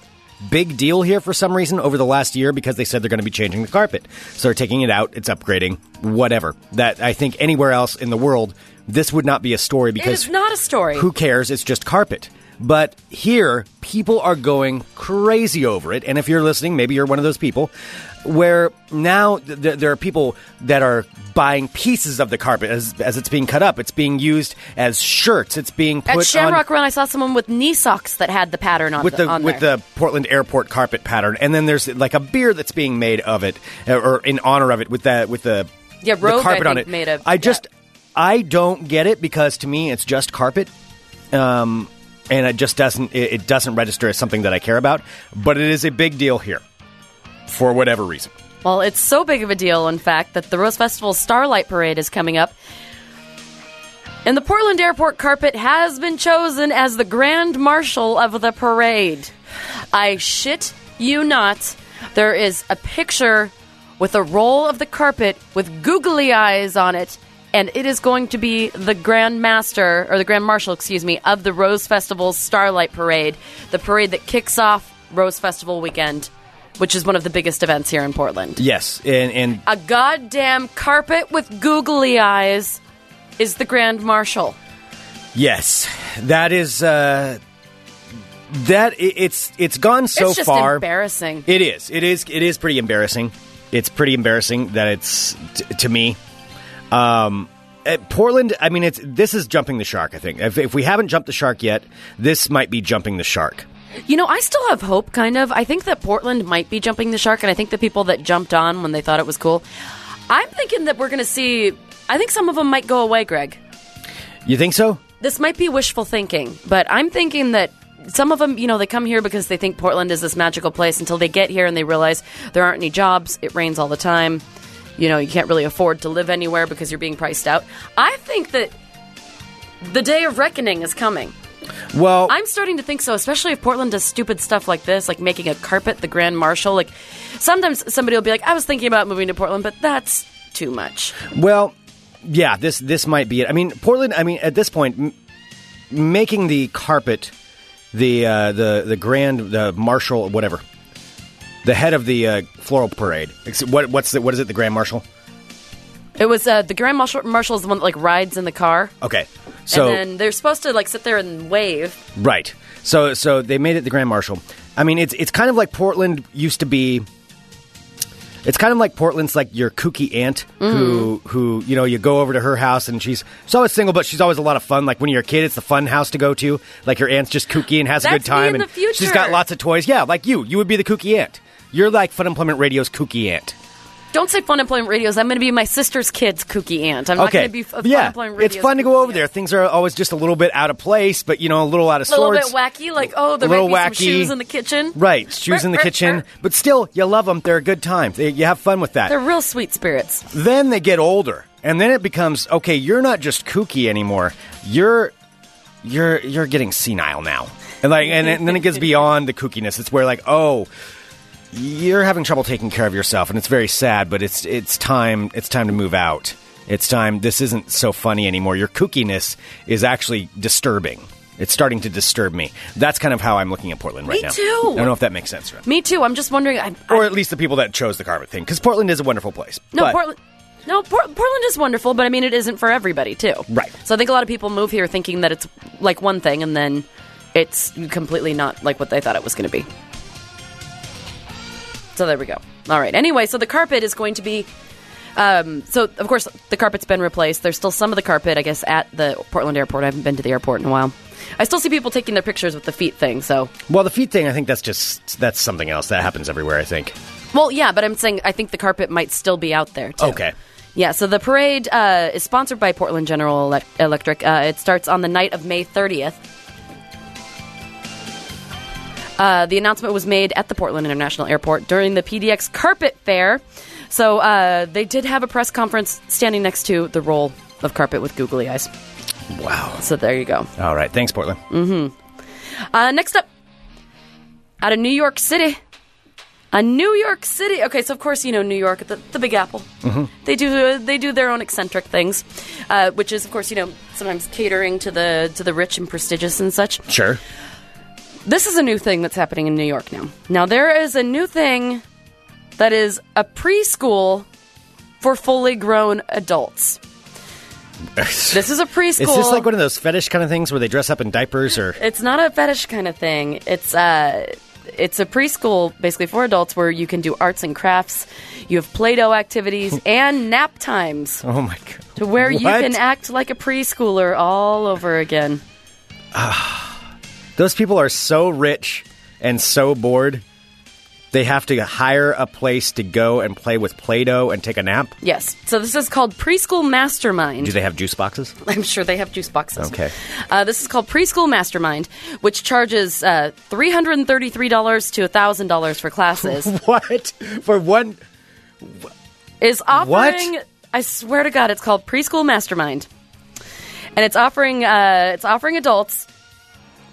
[SPEAKER 6] big deal here for some reason over the last year because they said they're going to be changing the carpet. So they're taking it out, it's upgrading, whatever. That I think anywhere else in the world, this would not be a story
[SPEAKER 1] It
[SPEAKER 6] because
[SPEAKER 1] is not a story.
[SPEAKER 6] who cares? It's just carpet. But here, people are going crazy over it. And if you're listening, maybe you're one of those people where now th- th- there are people that are buying pieces of the carpet as, as it's being cut up. It's being used as shirts. It's being put
[SPEAKER 1] At Shamrock
[SPEAKER 6] on
[SPEAKER 1] Run, I saw someone with knee socks that had the pattern on
[SPEAKER 6] with the,
[SPEAKER 1] on
[SPEAKER 6] with
[SPEAKER 1] there.
[SPEAKER 6] the Portland airport carpet pattern. And then there's like a beer that's being made of it uh, or in honor of it with the with the,
[SPEAKER 1] Yeah,
[SPEAKER 6] the
[SPEAKER 1] Rogue, I
[SPEAKER 6] carpet on
[SPEAKER 1] think,
[SPEAKER 6] it.
[SPEAKER 1] made a-
[SPEAKER 6] I just
[SPEAKER 1] yeah.
[SPEAKER 6] I don't get it because to me it's just carpet. Um and it just doesn't it, it doesn't register as something that I care about, but it is a big deal here for whatever reason.
[SPEAKER 1] Well, it's so big of a deal, in fact, that the Rose Festival Starlight Parade is coming up. And the Portland Airport carpet has been chosen as the grand marshal of the parade. I shit you not. There is a picture with a roll of the carpet with googly eyes on it, and it is going to be the grand master, or the grand marshal, excuse me, of the Rose Festival Starlight Parade, the parade that kicks off Rose Festival weekend, which is one of the biggest events here in Portland
[SPEAKER 6] Yes, and and
[SPEAKER 1] a goddamn carpet with googly eyes is the grand marshal
[SPEAKER 6] yes, that is uh that i- it's it's gone so
[SPEAKER 1] it's just
[SPEAKER 6] far.
[SPEAKER 1] embarrassing
[SPEAKER 6] It is. It is. It is pretty embarrassing. It's pretty embarrassing that it's t- to me. Um, at Portland. I mean, it's this is jumping the shark. I think if, if we haven't jumped the shark yet, this might be jumping the shark.
[SPEAKER 1] you know i still have hope kind of i think that portland might be jumping the shark and i think the people that jumped on when they thought it was cool i'm thinking that we're gonna see i think some of them might go away greg
[SPEAKER 6] You think so?
[SPEAKER 1] this might be wishful thinking, but I'm thinking that some of them, you know, they come here because they think Portland is this magical place until they get here and they realize there aren't any jobs, it rains all the time, you know, you can't really afford to live anywhere because you're being priced out. I think that the day of reckoning is coming.
[SPEAKER 6] Well,
[SPEAKER 1] I'm starting to think so, especially if Portland does stupid stuff like this, like making a carpet the Grand Marshal. Like sometimes somebody will be like, I was thinking about moving to Portland, but that's too much.
[SPEAKER 6] well, yeah. This this might be it. I mean, Portland. I mean, at this point, m- making the carpet, the uh, the the grand, the marshal, whatever, the head of the uh, floral parade. Ex- What what's the, what is it? The grand marshal.
[SPEAKER 1] It was uh, the Grand Marshal, Marshal is the one that like rides in the car.
[SPEAKER 6] Okay. Oh, So
[SPEAKER 1] and then they're supposed to like sit there and wave.
[SPEAKER 6] Right. So so they made it the Grand Marshal. I mean, it's it's kind of like Portland used to be. It's kind of like Portland's like your kooky aunt who
[SPEAKER 1] Mm.
[SPEAKER 6] who you know you go over to her house and she's she's always single but she's always a lot of fun. Like when you're a kid, it's the fun house to go to. Like your aunt's just kooky and has a
[SPEAKER 1] That's
[SPEAKER 6] good time
[SPEAKER 1] me in
[SPEAKER 6] and
[SPEAKER 1] the
[SPEAKER 6] she's got
[SPEAKER 1] future.
[SPEAKER 6] lots of toys. Yeah, like you, you would be the kooky aunt. You're like Fun Employment Radio's kooky aunt.
[SPEAKER 1] Don't say Fun Employment Radios. I'm going to be my sister's kid's kooky aunt. I'm not
[SPEAKER 6] okay,
[SPEAKER 1] going to be f- Fun
[SPEAKER 6] yeah,
[SPEAKER 1] Employment
[SPEAKER 6] it's
[SPEAKER 1] Radio's
[SPEAKER 6] fun to go
[SPEAKER 1] kooky
[SPEAKER 6] over there.
[SPEAKER 1] aunt.
[SPEAKER 6] Things are always just a little bit out of place, but you know a little out of
[SPEAKER 1] A little
[SPEAKER 6] sorts.
[SPEAKER 1] bit wacky, like oh, there might
[SPEAKER 6] little
[SPEAKER 1] be some
[SPEAKER 6] wacky.
[SPEAKER 1] shoes in the kitchen.
[SPEAKER 6] Right, shoes in the
[SPEAKER 1] Burp, burp,
[SPEAKER 6] kitchen,
[SPEAKER 1] burp.
[SPEAKER 6] but still, you love them. They're a good time. They, you have fun with that.
[SPEAKER 1] They're real sweet spirits.
[SPEAKER 6] then they get older, and then it becomes okay. You're not just kooky anymore. You're you're you're getting senile now, and like, and, and
[SPEAKER 1] *laughs*
[SPEAKER 6] then it gets beyond the kookiness. It's where like, oh, you're having trouble taking care of yourself, and it's very sad. But it's it's time it's time to move out. It's time. This isn't so funny anymore. Your kookiness is actually disturbing. It's starting to disturb me. That's kind of how I'm looking at Portland right
[SPEAKER 1] Me
[SPEAKER 6] now.
[SPEAKER 1] too.
[SPEAKER 6] I don't know if that makes sense. Or not
[SPEAKER 1] Me too. I'm just wondering. I, I,
[SPEAKER 6] or at least the people that chose the carpet thing, because Portland is a wonderful place.
[SPEAKER 1] no,
[SPEAKER 6] But-
[SPEAKER 1] Portland. No, Por- Portland is wonderful, but I mean, it isn't for everybody too.
[SPEAKER 6] Right.
[SPEAKER 1] So I think a lot of people move here thinking that it's like one thing, and then it's completely not like what they thought it was going to be. So there we go. All right. Anyway, so the carpet is going to be. Um, so of course the carpet's been replaced. There's still some of the carpet, I guess, at the Portland airport. I haven't been to the airport in a while. I still see people taking their pictures with the feet thing. So,
[SPEAKER 6] Well, the feet thing, I think that's just that's something else that happens everywhere. I think.
[SPEAKER 1] well, yeah, but I'm saying I think the carpet might still be out there too.
[SPEAKER 6] Okay.
[SPEAKER 1] Yeah, so the parade uh, is sponsored by Portland General Elec- Electric. Uh, it starts on the night of May 30th. Uh, the announcement was made at the Portland International Airport during the PDX Carpet Fair. So uh, they did have a press conference standing next to the roll of carpet with googly eyes.
[SPEAKER 6] Wow.
[SPEAKER 1] So there you go.
[SPEAKER 6] All right. Thanks, Portland.
[SPEAKER 1] Mm. Uh, next up, out of New York City. A New York City. Okay, so of course you know New York, the, the Big Apple.
[SPEAKER 6] Mm-hmm.
[SPEAKER 1] They do uh, they do their own eccentric things, uh, which is of course you know sometimes catering to the to the rich and prestigious and such.
[SPEAKER 6] Sure.
[SPEAKER 1] This is a new thing that's happening in New York now. Now, there is a new thing that is a preschool for fully grown adults. This is a preschool.
[SPEAKER 6] *laughs* Is this like one of those fetish kind of things where they dress up in diapers
[SPEAKER 1] *laughs*
[SPEAKER 6] or
[SPEAKER 1] It's not a fetish kind of thing. It's uh it's a preschool basically for adults where you can do arts and crafts. You have play-doh
[SPEAKER 6] *laughs*
[SPEAKER 1] activities and nap times
[SPEAKER 6] oh my god?
[SPEAKER 1] to where you
[SPEAKER 6] What?
[SPEAKER 1] can act like a preschooler all over again.
[SPEAKER 6] Those people are so rich and so bored. They have to hire a place to go and play with Play-Doh and take a nap.
[SPEAKER 1] Yes. So this is called Preschool Mastermind.
[SPEAKER 6] Do they have juice boxes? *laughs*
[SPEAKER 1] I'm sure they have juice boxes.
[SPEAKER 6] Okay.
[SPEAKER 1] Uh, this is called Preschool Mastermind, which charges uh, $333 to $1,000 for classes.
[SPEAKER 6] What for one?
[SPEAKER 1] is
[SPEAKER 6] What?
[SPEAKER 1] offering. I swear to God, it's called Preschool Mastermind, and it's offering uh, it's offering adults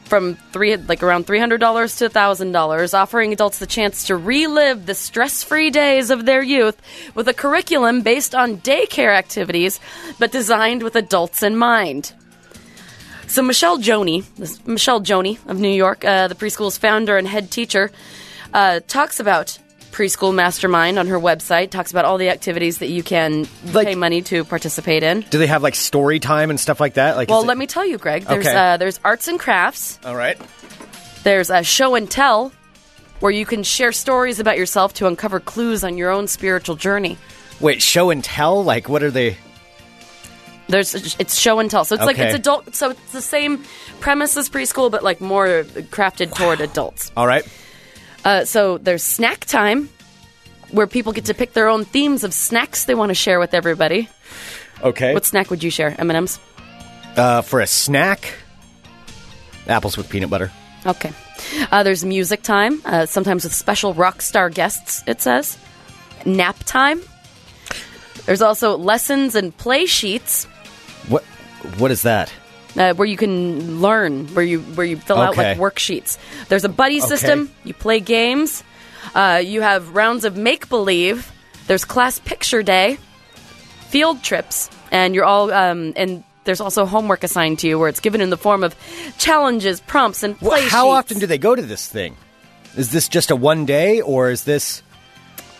[SPEAKER 1] from three like around three hundred dollars to thousand dollars, offering adults the chance to relive the stress free days of their youth with a curriculum based on daycare activities, but designed with adults in mind. So Michelle Joni, this, Michelle Joni of New York, uh, the preschool's founder and head teacher, uh, talks about preschool mastermind on her website. Talks about all the activities that you can
[SPEAKER 6] Like-
[SPEAKER 1] pay money to participate in.
[SPEAKER 6] Do they have like story time and stuff like that? Like,
[SPEAKER 1] Well,
[SPEAKER 6] is it-
[SPEAKER 1] let me tell you, Greg. There's
[SPEAKER 6] Okay.
[SPEAKER 1] uh, there's arts and crafts.
[SPEAKER 6] All right.
[SPEAKER 1] There's a show and tell, where you can share stories about yourself to uncover clues on your own spiritual journey.
[SPEAKER 6] Wait, show and tell. Like, what are they?
[SPEAKER 1] There's it's show and tell, so it's like
[SPEAKER 6] Okay.
[SPEAKER 1] it's adult. So it's the same premise as preschool, but like more crafted toward adults.
[SPEAKER 6] All right.
[SPEAKER 1] Uh, so there's snack time, where people get to pick their own themes of snacks they want to share with everybody.
[SPEAKER 6] Okay.
[SPEAKER 1] What snack would you share? M and M's.
[SPEAKER 6] uh, for a snack? Apples with peanut butter.
[SPEAKER 1] Okay. Uh, there's music time, uh, sometimes with special rock star guests. It says nap time. There's also lessons and play sheets
[SPEAKER 6] What? What is that?
[SPEAKER 1] uh, where you can learn, where you where you fill out like
[SPEAKER 6] Okay.
[SPEAKER 1] worksheets. There's a buddy system. You play games. Uh, you have rounds of make believe. There's class picture day, field trips, and you're all um, and there's also homework assigned to you where it's given in the form of challenges, prompts, and
[SPEAKER 6] Wha-
[SPEAKER 1] play
[SPEAKER 6] how
[SPEAKER 1] sheets.
[SPEAKER 6] often do they go to this thing? Is this just a one day, or is this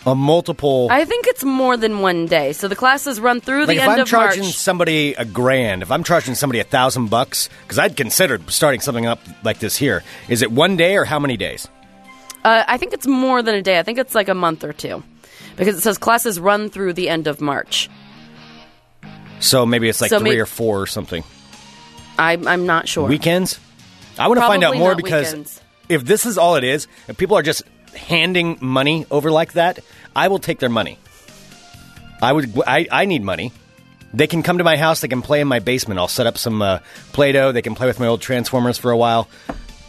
[SPEAKER 6] a multiple?
[SPEAKER 1] I think it's more than one day. So the classes run through the
[SPEAKER 6] like if
[SPEAKER 1] end
[SPEAKER 6] I'm
[SPEAKER 1] of
[SPEAKER 6] charging
[SPEAKER 1] March.
[SPEAKER 6] somebody a grand, if I'm charging somebody a thousand bucks, because I'd consider starting something up like this here. Is it one day or how many days?
[SPEAKER 1] Uh, I think it's more than a day. I think it's like a month or two, because it says classes run through the end of March.
[SPEAKER 6] So maybe it's like
[SPEAKER 1] So
[SPEAKER 6] three
[SPEAKER 1] may-
[SPEAKER 6] or four or something.
[SPEAKER 1] I'm I'm not sure.
[SPEAKER 6] Weekends. I want to find out
[SPEAKER 1] Probably
[SPEAKER 6] more
[SPEAKER 1] not
[SPEAKER 6] because
[SPEAKER 1] weekends.
[SPEAKER 6] if this is all it is, if people are just handing money over like that, I will take their money. I would. I, I need money. They can come to my house. They can play in my basement. I'll set up some uh, Play-Doh. They can play with my old Transformers for a while.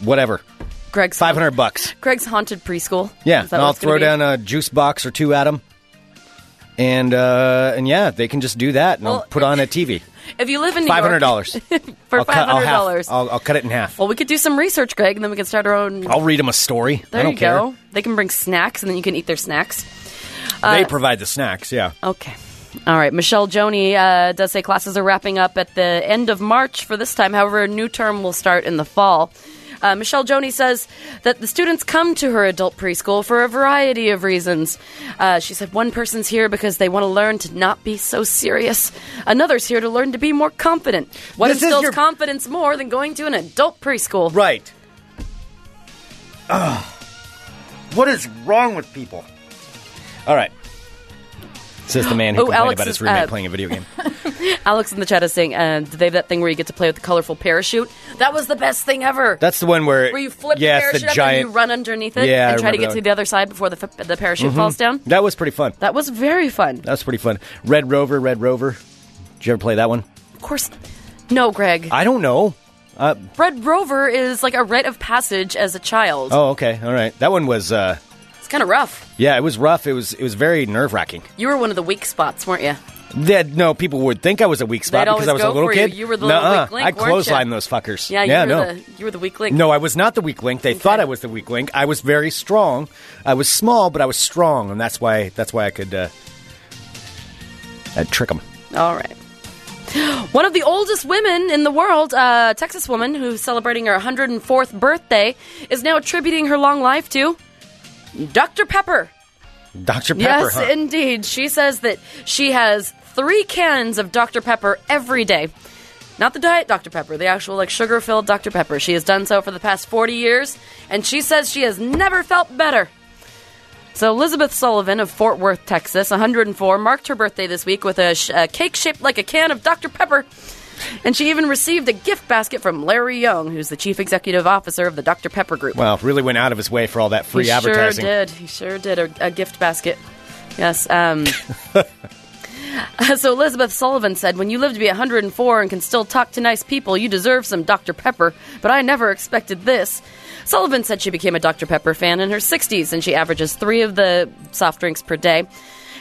[SPEAKER 6] Whatever.
[SPEAKER 1] Greg's
[SPEAKER 6] Five hundred bucks.
[SPEAKER 1] Greg's haunted preschool.
[SPEAKER 6] Yeah,
[SPEAKER 1] Is
[SPEAKER 6] and
[SPEAKER 1] that what
[SPEAKER 6] I'll
[SPEAKER 1] it's gonna
[SPEAKER 6] throw
[SPEAKER 1] be?
[SPEAKER 6] down a juice box or two at them, and uh, and yeah, they can just do that, and I'll
[SPEAKER 1] Well, *laughs*
[SPEAKER 6] put on a TV.
[SPEAKER 1] If you live in New
[SPEAKER 6] Five
[SPEAKER 1] York,
[SPEAKER 6] hundred dollars
[SPEAKER 1] *laughs* for five hundred dollars.
[SPEAKER 6] I'll, I'll cut it in half.
[SPEAKER 1] Well, we could do some research, Greg, and then we can start our own.
[SPEAKER 6] I'll read them a story.
[SPEAKER 1] there
[SPEAKER 6] I don't
[SPEAKER 1] you
[SPEAKER 6] care.
[SPEAKER 1] go. They can bring snacks, and then you can eat their snacks. Uh,
[SPEAKER 6] they provide the snacks. Yeah.
[SPEAKER 1] Okay. All right. Michelle Joni uh, does say classes are wrapping up at the end of March for this time. However, a new term will start in the fall. Uh, Michelle Joni says that the students come to her adult preschool for a variety of reasons. Uh, she said one person's here because they want to learn to not be so serious. Another's here to learn to be more confident. What
[SPEAKER 6] This is
[SPEAKER 1] instills
[SPEAKER 6] your-
[SPEAKER 1] confidence more than going to an adult preschool?
[SPEAKER 6] Right. Ugh. What is wrong with people? All right. Says the man who
[SPEAKER 1] Oh,
[SPEAKER 6] complained
[SPEAKER 1] Alex
[SPEAKER 6] about his
[SPEAKER 1] is,
[SPEAKER 6] roommate
[SPEAKER 1] uh,
[SPEAKER 6] playing a video game.
[SPEAKER 1] Alex in the chat is saying uh, they have that thing where you get to play with the colorful parachute. That was the best thing ever.
[SPEAKER 6] That's the
[SPEAKER 1] *laughs*
[SPEAKER 6] one where
[SPEAKER 1] where you flip
[SPEAKER 6] yes,
[SPEAKER 1] the parachute
[SPEAKER 6] the
[SPEAKER 1] up
[SPEAKER 6] giant.
[SPEAKER 1] and you run underneath it
[SPEAKER 6] Yeah, I
[SPEAKER 1] and try to get
[SPEAKER 6] remember that Mm-hmm.
[SPEAKER 1] to
[SPEAKER 6] one.
[SPEAKER 1] the other side before the, f- the parachute falls down.
[SPEAKER 6] That was pretty fun.
[SPEAKER 1] That was very fun.
[SPEAKER 6] That was pretty fun. Red Rover, Red Rover. Did you ever play that one?
[SPEAKER 1] Of course, no, Greg.
[SPEAKER 6] I don't know.
[SPEAKER 1] Red Rover is like a rite of passage as a child.
[SPEAKER 6] Oh, okay, all right. That one was, uh,
[SPEAKER 1] It's kind of rough.
[SPEAKER 6] yeah, it was rough. It was, it was very nerve wracking.
[SPEAKER 1] You were one of the weak spots, weren't you?
[SPEAKER 6] Yeah, no, people would think I was a weak spot
[SPEAKER 1] They'd
[SPEAKER 6] because I
[SPEAKER 1] always
[SPEAKER 6] was
[SPEAKER 1] go
[SPEAKER 6] a little
[SPEAKER 1] for you.
[SPEAKER 6] kid.
[SPEAKER 1] You were the
[SPEAKER 6] Nuh-uh.
[SPEAKER 1] little weak link,
[SPEAKER 6] I
[SPEAKER 1] weren't
[SPEAKER 6] clotheslined
[SPEAKER 1] you?
[SPEAKER 6] those fuckers.
[SPEAKER 1] Yeah, you were
[SPEAKER 6] no.
[SPEAKER 1] the you were the weak link.
[SPEAKER 6] No, I was not the weak link. They thought
[SPEAKER 1] Okay.
[SPEAKER 6] I was the weak link. I was very strong. I was small, but I was strong, and that's why that's why I could uh, I'd trick them.
[SPEAKER 1] All right. *gasps* One of the oldest women in the world, a Texas woman who's celebrating her 104th birthday, is now attributing her long life to Dr. Pepper.
[SPEAKER 6] Dr. Pepper.
[SPEAKER 1] yes,
[SPEAKER 6] huh?
[SPEAKER 1] indeed. She says that she has three cans of Dr. Pepper every day. Not the diet Dr. Pepper, the actual like sugar filled Dr. Pepper. She has done so for the past 40 years, and she says she has never felt better. So Elizabeth Sullivan of Fort Worth, Texas, 104, marked her birthday this week with a, sh- a cake shaped like a can of Dr. Pepper. And she even received a gift basket from Larry Young, who's the chief executive officer of the Dr. Pepper Group
[SPEAKER 6] well, really went out of his way for all that free
[SPEAKER 1] he
[SPEAKER 6] advertising.
[SPEAKER 1] Sure did. He sure did. A, a gift basket. Yes.
[SPEAKER 6] *laughs*
[SPEAKER 1] Um, uh, so Elizabeth Sullivan said, "When you live to be 104 and can still talk to nice people, you deserve some Dr. Pepper." But I never expected this. Sullivan said she became a Dr. Pepper fan in her 60s, and she averages three of the soft drinks per day.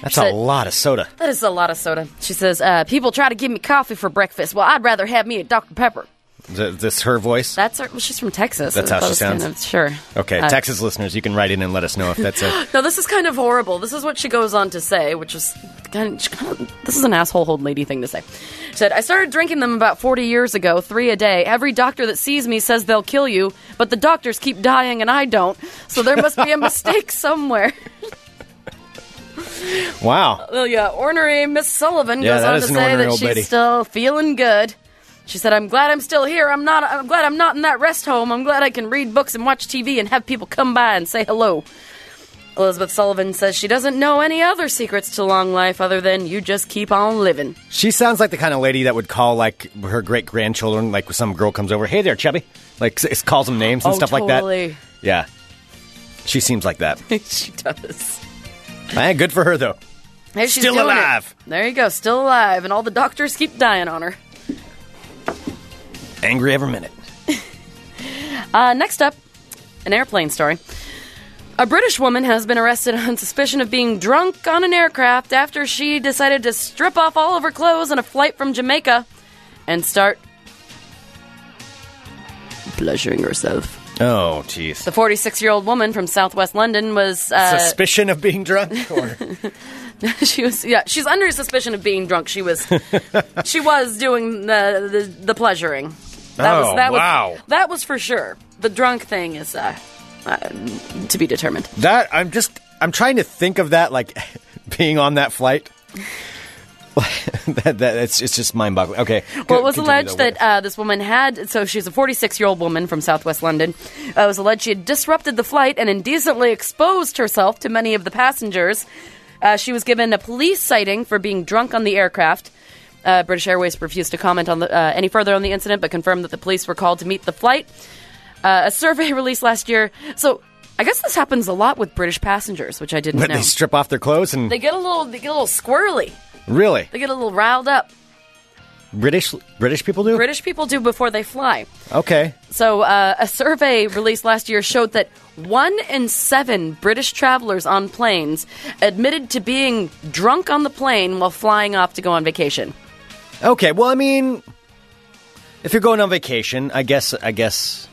[SPEAKER 6] That's
[SPEAKER 1] She
[SPEAKER 6] a
[SPEAKER 1] said-
[SPEAKER 6] lot of soda.
[SPEAKER 1] That is a lot of soda. She says, uh, "People try to give me coffee for breakfast. Well, I'd rather have me a Dr. Pepper."
[SPEAKER 6] Th- this her voice.
[SPEAKER 1] That's her. Well, she's from Texas.
[SPEAKER 6] That's how she
[SPEAKER 1] That was kind of-
[SPEAKER 6] sounds?
[SPEAKER 1] sure.
[SPEAKER 6] okay,
[SPEAKER 1] Uh,
[SPEAKER 6] Texas listeners, you can write in and let us know if that's a.
[SPEAKER 1] No, this is kind of horrible. This is what she goes on to say, which is kind of, she kind of- this is an asshole old lady thing to say. She said, "I started drinking them about 40 years ago, 3 a day. Every doctor that sees me says they'll kill you, but the doctors keep dying and I don't. So there must be a mistake *laughs* somewhere."
[SPEAKER 6] Wow.
[SPEAKER 1] Well, yeah, ornery Miss Sullivan
[SPEAKER 6] Yeah,
[SPEAKER 1] goes
[SPEAKER 6] that
[SPEAKER 1] on
[SPEAKER 6] is
[SPEAKER 1] to
[SPEAKER 6] an
[SPEAKER 1] say
[SPEAKER 6] ornery
[SPEAKER 1] that
[SPEAKER 6] old
[SPEAKER 1] she's
[SPEAKER 6] lady.
[SPEAKER 1] still feeling good. She said, "I'm glad I'm still here. I'm not. I'm glad I'm not in that rest home. I'm glad I can read books and watch TV and have people come by and say hello." Elizabeth Sullivan says she doesn't know any other secrets to long life other than you just keep on living.
[SPEAKER 6] She sounds like the kind of lady that would call like her great grandchildren, like some girl comes over, hey there, chubby, like s- calls them names and
[SPEAKER 1] Oh,
[SPEAKER 6] stuff like
[SPEAKER 1] totally. *laughs*
[SPEAKER 6] that. Yeah, she seems like that. *laughs*
[SPEAKER 1] she does.
[SPEAKER 6] Eh, good for her though.
[SPEAKER 1] Hey, she's
[SPEAKER 6] Still
[SPEAKER 1] doing it.
[SPEAKER 6] alive.
[SPEAKER 1] There you go, still alive, and all the doctors keep dying on her.
[SPEAKER 6] Angry every minute.
[SPEAKER 1] Uh, next up, an airplane story. A British woman has been arrested *laughs* on suspicion of being drunk on an aircraft after she decided to strip off all of her clothes on a flight from Jamaica and start pleasuring herself.
[SPEAKER 6] Oh, jeez.
[SPEAKER 1] The 46 year old woman from southwest London was. Uh,
[SPEAKER 6] *laughs* Suspicion of being drunk.
[SPEAKER 1] *laughs*
[SPEAKER 6] Or...
[SPEAKER 1] she was yeah she's under suspicion of being drunk she
[SPEAKER 6] *laughs*
[SPEAKER 1] was she was doing the the, the pleasuring that
[SPEAKER 6] Oh,
[SPEAKER 1] was that
[SPEAKER 6] wow.
[SPEAKER 1] was that was for sure the drunk thing is uh, uh, to be determined
[SPEAKER 6] That I'm just I'm trying to think of that like *laughs* being on that flight. *laughs* that, that it's, it's just mind boggling. Okay.
[SPEAKER 1] Well, it was alleged that uh, this woman had, so she's a 46 year old woman from southwest London. Uh, it was alleged she had disrupted the flight and indecently exposed herself to many of the passengers. Uh, she was given a police citing for being drunk on the aircraft. Uh, British Airways refused to comment on the, uh, any further on the incident, but confirmed that the police were called to meet the flight. Uh, a survey *laughs* released last year. So I guess this happens a lot with British passengers, which I didn't
[SPEAKER 6] But
[SPEAKER 1] know.
[SPEAKER 6] they strip off their clothes and
[SPEAKER 1] they get a little, they get a little squirrely.
[SPEAKER 6] really
[SPEAKER 1] They get a little riled up.
[SPEAKER 6] British British people do.
[SPEAKER 1] British people do before they fly.
[SPEAKER 6] Okay.
[SPEAKER 1] So, uh, a survey released last year showed that one in seven British travelers on planes admitted to being drunk on the plane while flying off to go on vacation.
[SPEAKER 6] Okay. Well, I mean, if you're going on vacation, I guess I guess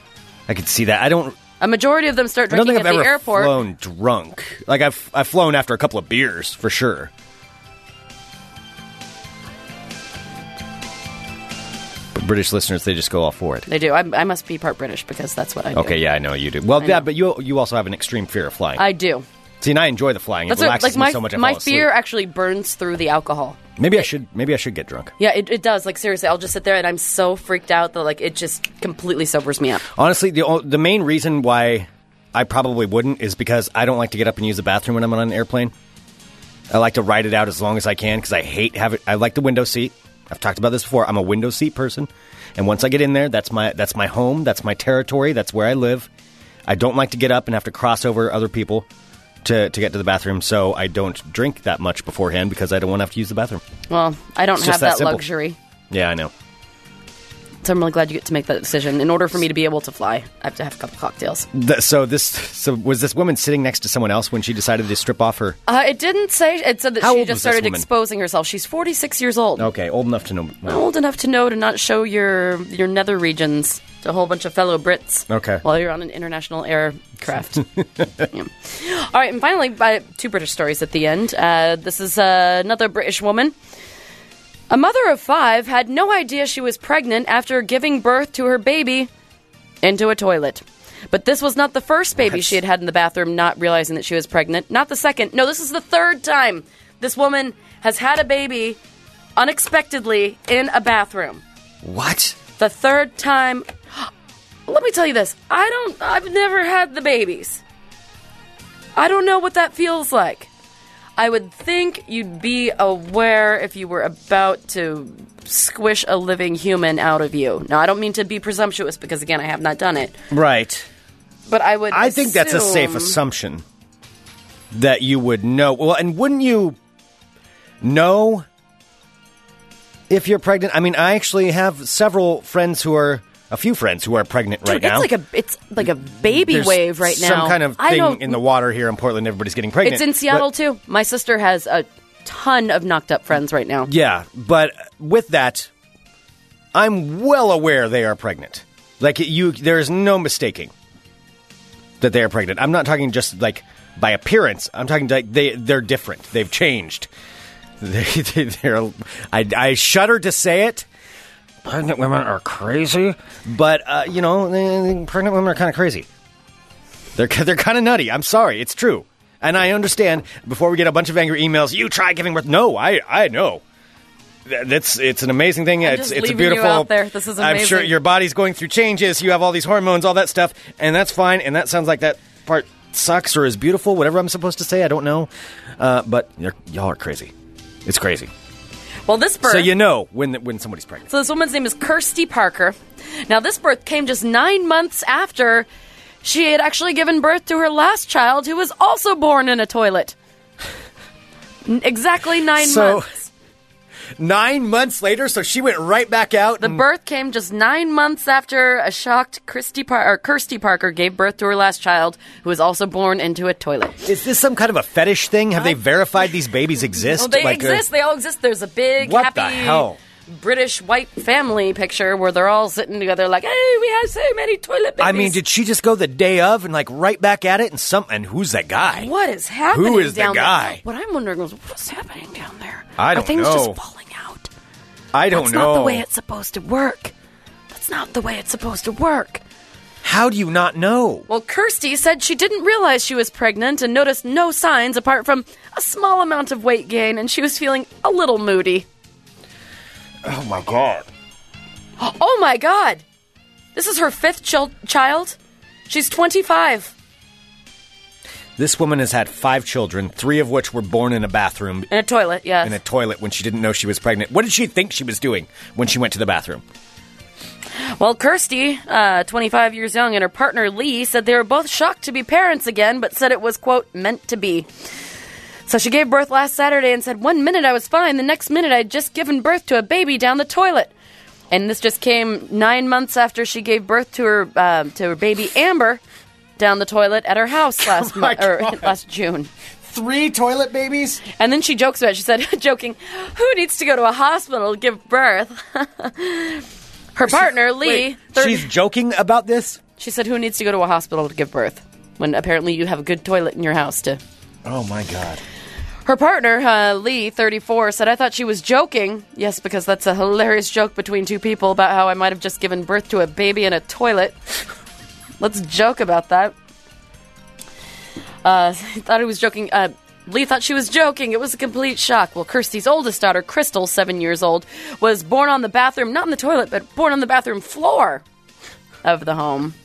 [SPEAKER 6] I could see that. I don't.
[SPEAKER 1] A majority of them start
[SPEAKER 6] I don't
[SPEAKER 1] drinking
[SPEAKER 6] think
[SPEAKER 1] at
[SPEAKER 6] I've
[SPEAKER 1] the
[SPEAKER 6] ever
[SPEAKER 1] airport.
[SPEAKER 6] flown drunk. Like I've I've flown after a couple of beers for sure. But British listeners, they just go all for it.
[SPEAKER 1] They do. I, I must be part British because that's what I do.
[SPEAKER 6] Okay, yeah, I know you do. Well, yeah, but you you also have an extreme fear of flying.
[SPEAKER 1] I do.
[SPEAKER 6] See, and I enjoy the flying. It
[SPEAKER 1] That's what,
[SPEAKER 6] relaxes
[SPEAKER 1] like
[SPEAKER 6] me
[SPEAKER 1] my
[SPEAKER 6] so much. I
[SPEAKER 1] my
[SPEAKER 6] fall asleep.
[SPEAKER 1] fear actually burns through the alcohol.
[SPEAKER 6] Maybe I should. Maybe I should get drunk.
[SPEAKER 1] Yeah, it, it does. Like seriously, I'll just sit there and I'm so freaked out that like it just completely sobers me up.
[SPEAKER 6] Honestly, the o- the main reason why I probably wouldn't is because I don't like to get up and use the bathroom when I'm on an airplane. I like to ride it out as long as I can because I hate have it. I like the window seat. I've talked about this before. I'm a window seat person, and once I get in there, that's my that's my home. That's my territory. That's where I live. I don't like to get up and have to cross over other people to to get to the bathroom. So I don't drink that much beforehand because I don't want to have to use the bathroom.
[SPEAKER 1] Well, I don't
[SPEAKER 6] It's
[SPEAKER 1] have
[SPEAKER 6] just that
[SPEAKER 1] that
[SPEAKER 6] simple.
[SPEAKER 1] luxury.
[SPEAKER 6] Yeah, I know.
[SPEAKER 1] So I'm really glad you get to make that decision. In order for me to be able to fly, I have to have a couple cocktails.
[SPEAKER 6] Th- so this so was this woman sitting next to someone else when she decided to strip off her.
[SPEAKER 1] Uh, it didn't say. It said that
[SPEAKER 6] How
[SPEAKER 1] she
[SPEAKER 6] old
[SPEAKER 1] just
[SPEAKER 6] was this
[SPEAKER 1] started
[SPEAKER 6] woman? Oh.
[SPEAKER 1] exposing herself. She's 46 years old.
[SPEAKER 6] Okay, old enough to know. no.
[SPEAKER 1] Old enough to know to not show your your nether regions to a whole bunch of fellow Brits.
[SPEAKER 6] Okay.
[SPEAKER 1] While you're on an international aircraft. Yeah. All right, and finally, by two British stories at the end. Uh, this is uh, another British woman. A mother of five had no idea she was pregnant after giving birth to her baby into a toilet. But this was not the first baby she had had in the bathroom, not realizing that she was pregnant. Not the second. No, this is the third time this woman has had a baby unexpectedly in a bathroom.
[SPEAKER 6] What?
[SPEAKER 1] The third time. *gasps* Let me tell you this. I don't. I've never had the babies. I don't know what that feels like. I would think you'd be aware if you were about to squish a living human out of you. Now, I don't mean to be presumptuous because, again, I have not done it.
[SPEAKER 6] Right.
[SPEAKER 1] But I would.
[SPEAKER 6] I think that's a safe
[SPEAKER 1] assume-
[SPEAKER 6] assumption that you would know. Well, and wouldn't you know if you're pregnant? I mean, I actually have several friends who are a few friends who are pregnant right
[SPEAKER 1] Dude,
[SPEAKER 6] now.
[SPEAKER 1] it's like a it's like a baby
[SPEAKER 6] There's
[SPEAKER 1] wave right now.
[SPEAKER 6] Some kind of
[SPEAKER 1] I know-
[SPEAKER 6] thing in the water here in Portland. Everybody's getting pregnant.
[SPEAKER 1] It's in
[SPEAKER 6] But-
[SPEAKER 1] Seattle too. My sister has a ton of knocked up friends right now.
[SPEAKER 6] Yeah, but with that, I'm well aware they are pregnant. Like you, there is no mistaking that they are pregnant. I'm not talking just like by appearance. I'm talking like they they're different. They've changed. *laughs* They, they, they're. I, I shudder to say it. Pregnant women are crazy, but uh, you know, eh, pregnant women are kind of crazy. They're they're kind of nutty. I'm sorry, it's true, and I understand. Before we get a bunch of angry emails, you try giving birth. No, I I know. Th- That's it's an amazing thing. it's
[SPEAKER 1] just
[SPEAKER 6] it's a
[SPEAKER 1] leaving you
[SPEAKER 6] beautiful.
[SPEAKER 1] out there. This is
[SPEAKER 6] I'm sure
[SPEAKER 1] amazing.
[SPEAKER 6] your body's going through changes. You have all these hormones, all that stuff, and that's fine. And that sounds like that part sucks or is beautiful, whatever I'm supposed to say. I don't know, uh, but you're, y'all are crazy. It's crazy.
[SPEAKER 1] Well, this birth.
[SPEAKER 6] So you know when when somebody's pregnant.
[SPEAKER 1] So this woman's name is Kirsty Parker. Now, this birth came just nine months after she had actually given birth to her last child, who was also born in a toilet. N- exactly nine
[SPEAKER 6] So-
[SPEAKER 1] months.
[SPEAKER 6] Nine months later, so she went right back out.
[SPEAKER 1] The birth came just nine months after a shocked Christy Par- or Kirsty Parker gave birth to her last child, who was also born into a toilet.
[SPEAKER 6] Is this some kind of a fetish thing? Have they verified these babies exist?
[SPEAKER 1] Well, they
[SPEAKER 6] Like, uh,
[SPEAKER 1] exist. they all exist. There's a big
[SPEAKER 6] What
[SPEAKER 1] happy
[SPEAKER 6] the hell?
[SPEAKER 1] British white family picture where they're all sitting together, like, "Hey, we have so many toilet babies."
[SPEAKER 6] I mean, did she just go the day of and like right back at it? And some and who's that guy?
[SPEAKER 1] What is happening?
[SPEAKER 6] Who is the
[SPEAKER 1] down there?
[SPEAKER 6] guy?
[SPEAKER 1] What I'm wondering is what's happening down there.
[SPEAKER 6] I
[SPEAKER 1] Are
[SPEAKER 6] don't
[SPEAKER 1] things
[SPEAKER 6] know. Oh,
[SPEAKER 1] just falling out?
[SPEAKER 6] I don't
[SPEAKER 1] That's
[SPEAKER 6] know.
[SPEAKER 1] not the way it's supposed to work. That's not the way it's supposed to work.
[SPEAKER 6] How do you not know?
[SPEAKER 1] Well, Kirsty said she didn't realize she was pregnant and noticed no signs apart from a small amount of weight gain, and she was feeling a little moody.
[SPEAKER 6] Oh my god!
[SPEAKER 1] *gasps* Oh my god! This is her fifth chil- child? She's 25.
[SPEAKER 6] This woman has had five children, three of which were born in a bathroom
[SPEAKER 1] In a toilet, yes.
[SPEAKER 6] in a toilet when she didn't know she was pregnant. What did she think she was doing when she went to the bathroom?
[SPEAKER 1] Well, Kirsty, uh, 25 years young, and her partner Lee said they were both shocked to be parents again, but said it was, quote, meant to be. So she gave birth last Saturday and said, one minute I was fine, the next minute I'd just given birth to a baby down the toilet. And this just came nine months after she gave birth to her um to her baby Amber down the toilet at her
[SPEAKER 6] *laughs*
[SPEAKER 1] house last
[SPEAKER 6] Oh my
[SPEAKER 1] month or
[SPEAKER 6] God.
[SPEAKER 1] last June.
[SPEAKER 6] Three toilet babies.
[SPEAKER 1] And then she jokes about it. She said, *laughs* joking, who needs to go to a hospital to give birth? *laughs* her partner Lee, thirty-
[SPEAKER 6] She's joking about this.
[SPEAKER 1] she said, "Who needs to go to a hospital to give birth when apparently you have a good toilet in your house?" To
[SPEAKER 6] Oh my god!
[SPEAKER 1] her partner, uh, Lee, 34, said, "I thought she was joking." Yes, because that's a hilarious joke between two people about how I might have just given birth to a baby in a toilet. Let's joke about that. Uh, *laughs* thought he was joking. Uh, Lee thought she was joking. It was a complete shock. Well, Kirsty's oldest daughter, Crystal, seven years old, was born on the bathroom, not in the toilet, but born on the bathroom floor of the home.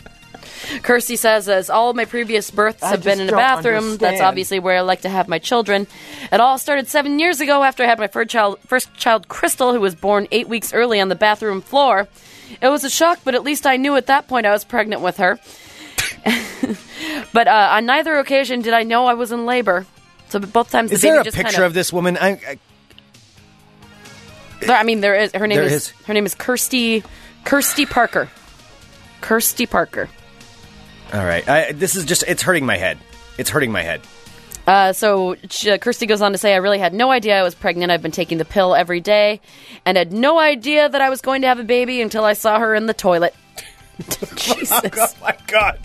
[SPEAKER 1] Kirsty says, as all my previous births have been in a bathroom, that's obviously where I like to have my children. It all started seven years ago after I had my first child, first child, Crystal, who was born eight weeks early on the bathroom floor. It was a shock, but at least I knew at that point I was pregnant with her. but uh, on neither occasion did I know I was in labor. So both times
[SPEAKER 6] Is
[SPEAKER 1] the baby
[SPEAKER 6] there a
[SPEAKER 1] just
[SPEAKER 6] picture
[SPEAKER 1] kind
[SPEAKER 6] of this woman? I, I,
[SPEAKER 1] There- I mean, there is. Her name
[SPEAKER 6] There
[SPEAKER 1] is,
[SPEAKER 6] is.
[SPEAKER 1] Her name is Kirsty. Kirsty Parker. Kirsty Parker.
[SPEAKER 6] all right. I, this is just—it's hurting my head. It's hurting my head.
[SPEAKER 1] Uh, so she, uh, Kirsty goes on to say, I really had no idea I was pregnant. I've been taking the pill every day and had no idea that I was going to have a baby until I saw her in the *laughs*
[SPEAKER 6] Oh,
[SPEAKER 1] Oh, toilet. Jesus.
[SPEAKER 6] my god!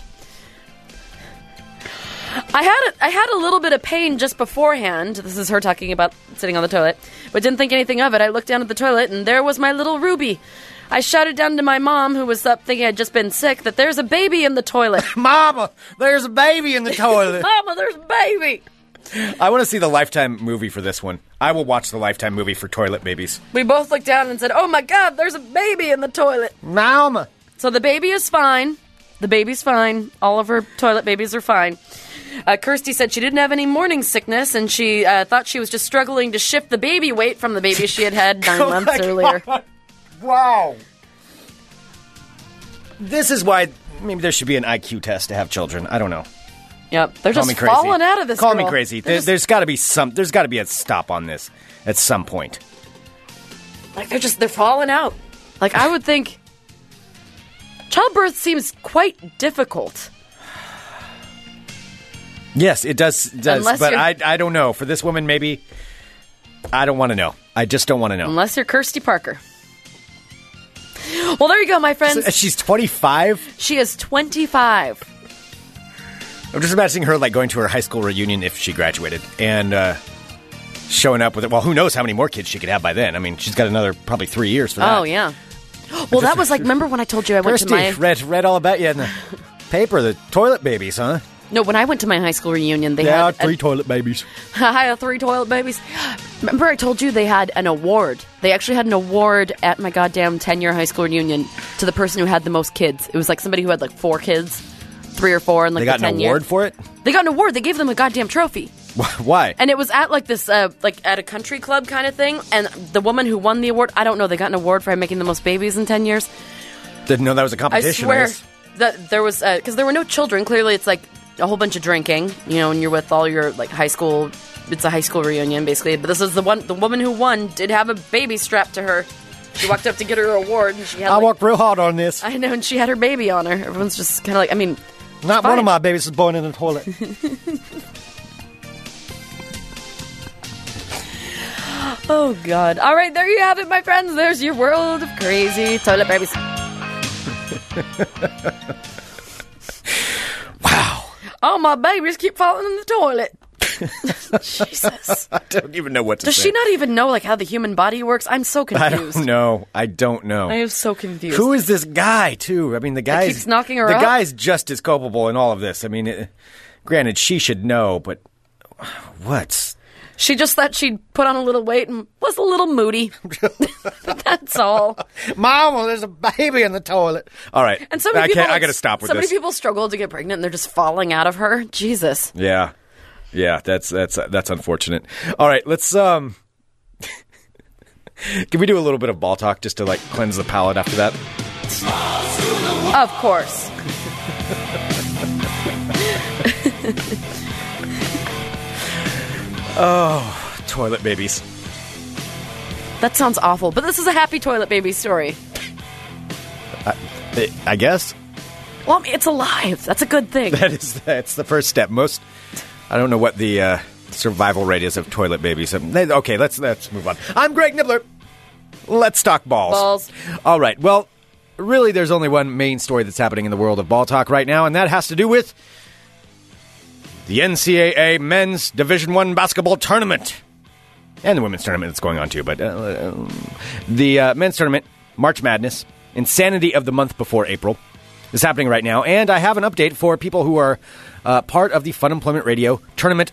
[SPEAKER 1] I had a, I had a little bit of pain just beforehand. This is her talking about sitting on the toilet, but didn't think anything of it. I looked down at the toilet and there was my little Ruby. I shouted down to my mom, who was up thinking I'd just been sick, that there's a baby in the toilet.
[SPEAKER 6] Mama, there's a baby in the toilet.
[SPEAKER 1] Mama, there's a baby.
[SPEAKER 6] *laughs* I want to see the Lifetime movie for this one. I will watch the Lifetime movie for toilet babies.
[SPEAKER 1] We both looked down and said, "Oh my God, there's a baby in the toilet."
[SPEAKER 6] Mama.
[SPEAKER 1] So the baby is fine. The baby's fine. All of her toilet babies are fine. Uh, Kirsty said she didn't have any morning sickness and she uh, thought she was just struggling to shift the baby weight from the baby she had
[SPEAKER 6] *laughs*
[SPEAKER 1] had nine
[SPEAKER 6] Oh my
[SPEAKER 1] months earlier.
[SPEAKER 6] Wow. This is why maybe there should be an IQ test to have children. I don't know.
[SPEAKER 1] Yep, they're
[SPEAKER 6] Call
[SPEAKER 1] just
[SPEAKER 6] me crazy.
[SPEAKER 1] falling out of this.
[SPEAKER 6] Call me
[SPEAKER 1] girl.
[SPEAKER 6] crazy.
[SPEAKER 1] They're,
[SPEAKER 6] There,
[SPEAKER 1] just,
[SPEAKER 6] There's got to be some. There's got to be a stop on this at some point.
[SPEAKER 1] like they're just they're falling out. Like I would think, childbirth seems quite difficult.
[SPEAKER 6] Yes, it does. Does
[SPEAKER 1] Unless
[SPEAKER 6] but
[SPEAKER 1] you're-
[SPEAKER 6] I I don't know. For this woman, maybe I don't want to know. I just don't want to know.
[SPEAKER 1] Unless you're Kirsty Parker. Well, there you go, my
[SPEAKER 6] So- uh,
[SPEAKER 1] friends.
[SPEAKER 6] She's 25.
[SPEAKER 1] She is 25.
[SPEAKER 6] I'm just imagining her like going to her high school reunion if she graduated and uh, showing up with it. Well, who knows how many more kids she could have by then? I mean, she's got another probably three years for that.
[SPEAKER 1] Oh yeah. Well, that
[SPEAKER 6] *laughs*
[SPEAKER 1] was like. Remember when I told you I went
[SPEAKER 6] Kirsty,
[SPEAKER 1] to my
[SPEAKER 6] read read all about you in the paper. The toilet babies, huh?
[SPEAKER 1] no when I went to my high school reunion they
[SPEAKER 6] Yeah,
[SPEAKER 1] had a-
[SPEAKER 6] three toilet babies.
[SPEAKER 1] I had three toilet babies. Remember, I told you they had an award. They actually had an award at my goddamn ten-year high school reunion to the person who had the most kids. It was like somebody who had like four kids, three or four, and like
[SPEAKER 6] They got
[SPEAKER 1] the
[SPEAKER 6] an
[SPEAKER 1] 10 year-
[SPEAKER 6] award for it.
[SPEAKER 1] They got an award. They gave them a goddamn trophy,
[SPEAKER 6] Why?
[SPEAKER 1] and it was at like this, uh, like at a country club kind of thing. And the woman who won the award, I don't know, they got an award for making the most babies in ten years.
[SPEAKER 6] Didn't know that was a
[SPEAKER 1] I
[SPEAKER 6] competition.
[SPEAKER 1] swear
[SPEAKER 6] guess.
[SPEAKER 1] that there was because there were no children. Clearly, it's like a whole bunch of drinking, you know, and you're with all your like high school. It's a high school reunion, basically. But this is the one. The woman who won did have a baby strapped to her. She walked up to get her award, and she had.
[SPEAKER 6] I
[SPEAKER 1] like-
[SPEAKER 6] worked real hard on
[SPEAKER 1] *laughs*
[SPEAKER 6] this.
[SPEAKER 1] I know, and she had her baby on her. Everyone's just kind of like, I mean,
[SPEAKER 6] Not
[SPEAKER 1] fine.
[SPEAKER 6] one of my babies was born in the *laughs* toilet.
[SPEAKER 1] oh god. All right, there you have it, my friends. There's your world of crazy toilet babies. wow. Oh, my babies keep falling in the
[SPEAKER 6] *laughs*
[SPEAKER 1] toilet. Jesus.
[SPEAKER 6] I don't even know what to
[SPEAKER 1] Does
[SPEAKER 6] say.
[SPEAKER 1] she not even know like how the human body works? I'm so
[SPEAKER 6] *laughs* I
[SPEAKER 1] confused.
[SPEAKER 6] don't know. I don't know.
[SPEAKER 1] am so confused.
[SPEAKER 6] Who is this guy, too? I mean, the guy
[SPEAKER 1] keeps knocking her
[SPEAKER 6] The
[SPEAKER 1] up?
[SPEAKER 6] guy's just as culpable in all of this. I mean, it, granted, she should know, but what?
[SPEAKER 1] she just thought she'd put on a little weight and was a little
[SPEAKER 6] *laughs*
[SPEAKER 1] moody. *laughs* That's all.
[SPEAKER 6] Mama, there's a baby in the toilet. All right.
[SPEAKER 1] And so many
[SPEAKER 6] I
[SPEAKER 1] people,
[SPEAKER 6] can't. I
[SPEAKER 1] like,
[SPEAKER 6] got to stop with
[SPEAKER 1] So many
[SPEAKER 6] this.
[SPEAKER 1] people struggle to get pregnant, and they're just falling out of her. Jesus.
[SPEAKER 6] Yeah, yeah. That's that's that's unfortunate. All right, let's um. *laughs* Can we do a little bit of ball talk just to like cleanse the palate after that?
[SPEAKER 1] Of course.
[SPEAKER 6] Toilet babies.
[SPEAKER 1] That sounds awful, but this is a happy toilet baby story.
[SPEAKER 6] I- I guess
[SPEAKER 1] Well, I mean, it's alive. That's a good
[SPEAKER 6] *laughs*
[SPEAKER 1] thing.
[SPEAKER 6] that is that's the first step. Most I don't know what the uh, survival rate is of toilet babies. Um, they- Okay, let's let's move on. I'm Greg Nibbler. Let's talk balls.
[SPEAKER 1] Balls.
[SPEAKER 6] All right. Well, really, there's only one main story that's happening in the world of ball talk right now, and that has to do with the NCAA Men's Division One Basketball Tournament and the women's tournament that's going on too. But uh, um, the uh, men's tournament, March Madness, insanity of the month before April, is happening right now. And I have an update for people who are uh, part of the Fun Employment Radio Tournament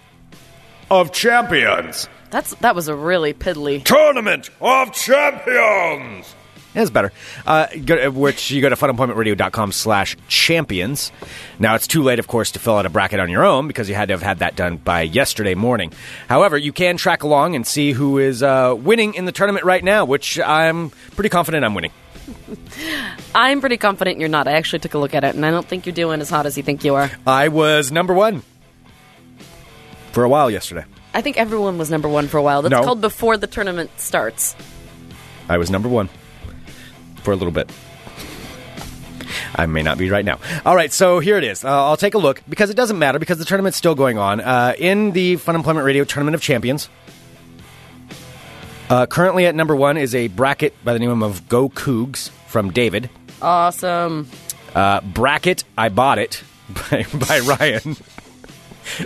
[SPEAKER 6] of Champions.
[SPEAKER 1] That's that was a really piddly.
[SPEAKER 6] Tournament of Champions. That's better. Uh, go, which you go to funemploymentradio.com slash champions. Now, it's too late, of course, to fill out a bracket on your own because you had to have had that done by yesterday morning. However, you can track along and see who is uh, winning in the tournament right now, which I'm pretty confident I'm winning.
[SPEAKER 1] I'm pretty confident you're not. I actually took a look at it, and I don't think you're doing as hot as you think you are.
[SPEAKER 6] I was number one for a while yesterday.
[SPEAKER 1] I think everyone was number one for a while. That's
[SPEAKER 6] No.
[SPEAKER 1] called before the tournament starts.
[SPEAKER 6] I was number one for a little bit. I may not be right now. All right, so here it is. Uh, I'll take a look because it doesn't matter because the tournament's still going on. Uh, in the Fun Employment Radio Tournament of Champions, uh, currently at number one is a bracket by the name of Go Cougs from David.
[SPEAKER 1] Awesome.
[SPEAKER 6] *laughs* Uh, bracket, I bought it by, by Ryan.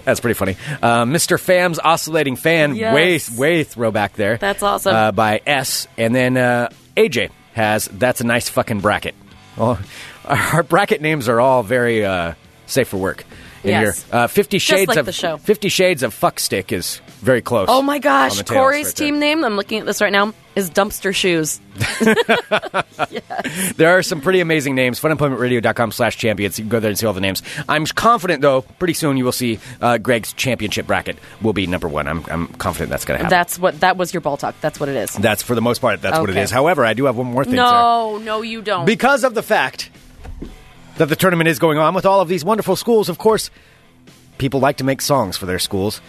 [SPEAKER 6] That's pretty funny. Uh, Mr. Fam's Oscillating Fan,
[SPEAKER 1] Yes.
[SPEAKER 6] way, way throwback there.
[SPEAKER 1] That's awesome.
[SPEAKER 6] Uh, by S. And then uh, AJ has That's a Nice Fucking Bracket. Well, *laughs* our bracket names are all very uh, safe for work. In
[SPEAKER 1] Yes.
[SPEAKER 6] here. Uh, Fifty Shades
[SPEAKER 1] like
[SPEAKER 6] of
[SPEAKER 1] the show.
[SPEAKER 6] Fifty Shades of Fuck Stick is very close.
[SPEAKER 1] Oh my
[SPEAKER 6] on
[SPEAKER 1] gosh,
[SPEAKER 6] the tails
[SPEAKER 1] Corey's
[SPEAKER 6] right there.
[SPEAKER 1] team name, I'm looking at this right now, is Dumpster Shoes.
[SPEAKER 6] There are some pretty amazing names. Funemploymentradio.com slash champions. You can go there and see all the names. I'm confident, though, pretty soon you will see uh, Greg's championship bracket will be number one. I'm, I'm confident that's going to happen.
[SPEAKER 1] That's what that was your ball talk. That's what it is.
[SPEAKER 6] that's for the most part, that's what it
[SPEAKER 1] Okay.
[SPEAKER 6] is. However, I do have one more thing. Sarah.
[SPEAKER 1] No, no, you don't.
[SPEAKER 6] Because of the fact that the tournament is going on with all of these wonderful schools, of course, people like to make songs for their schools.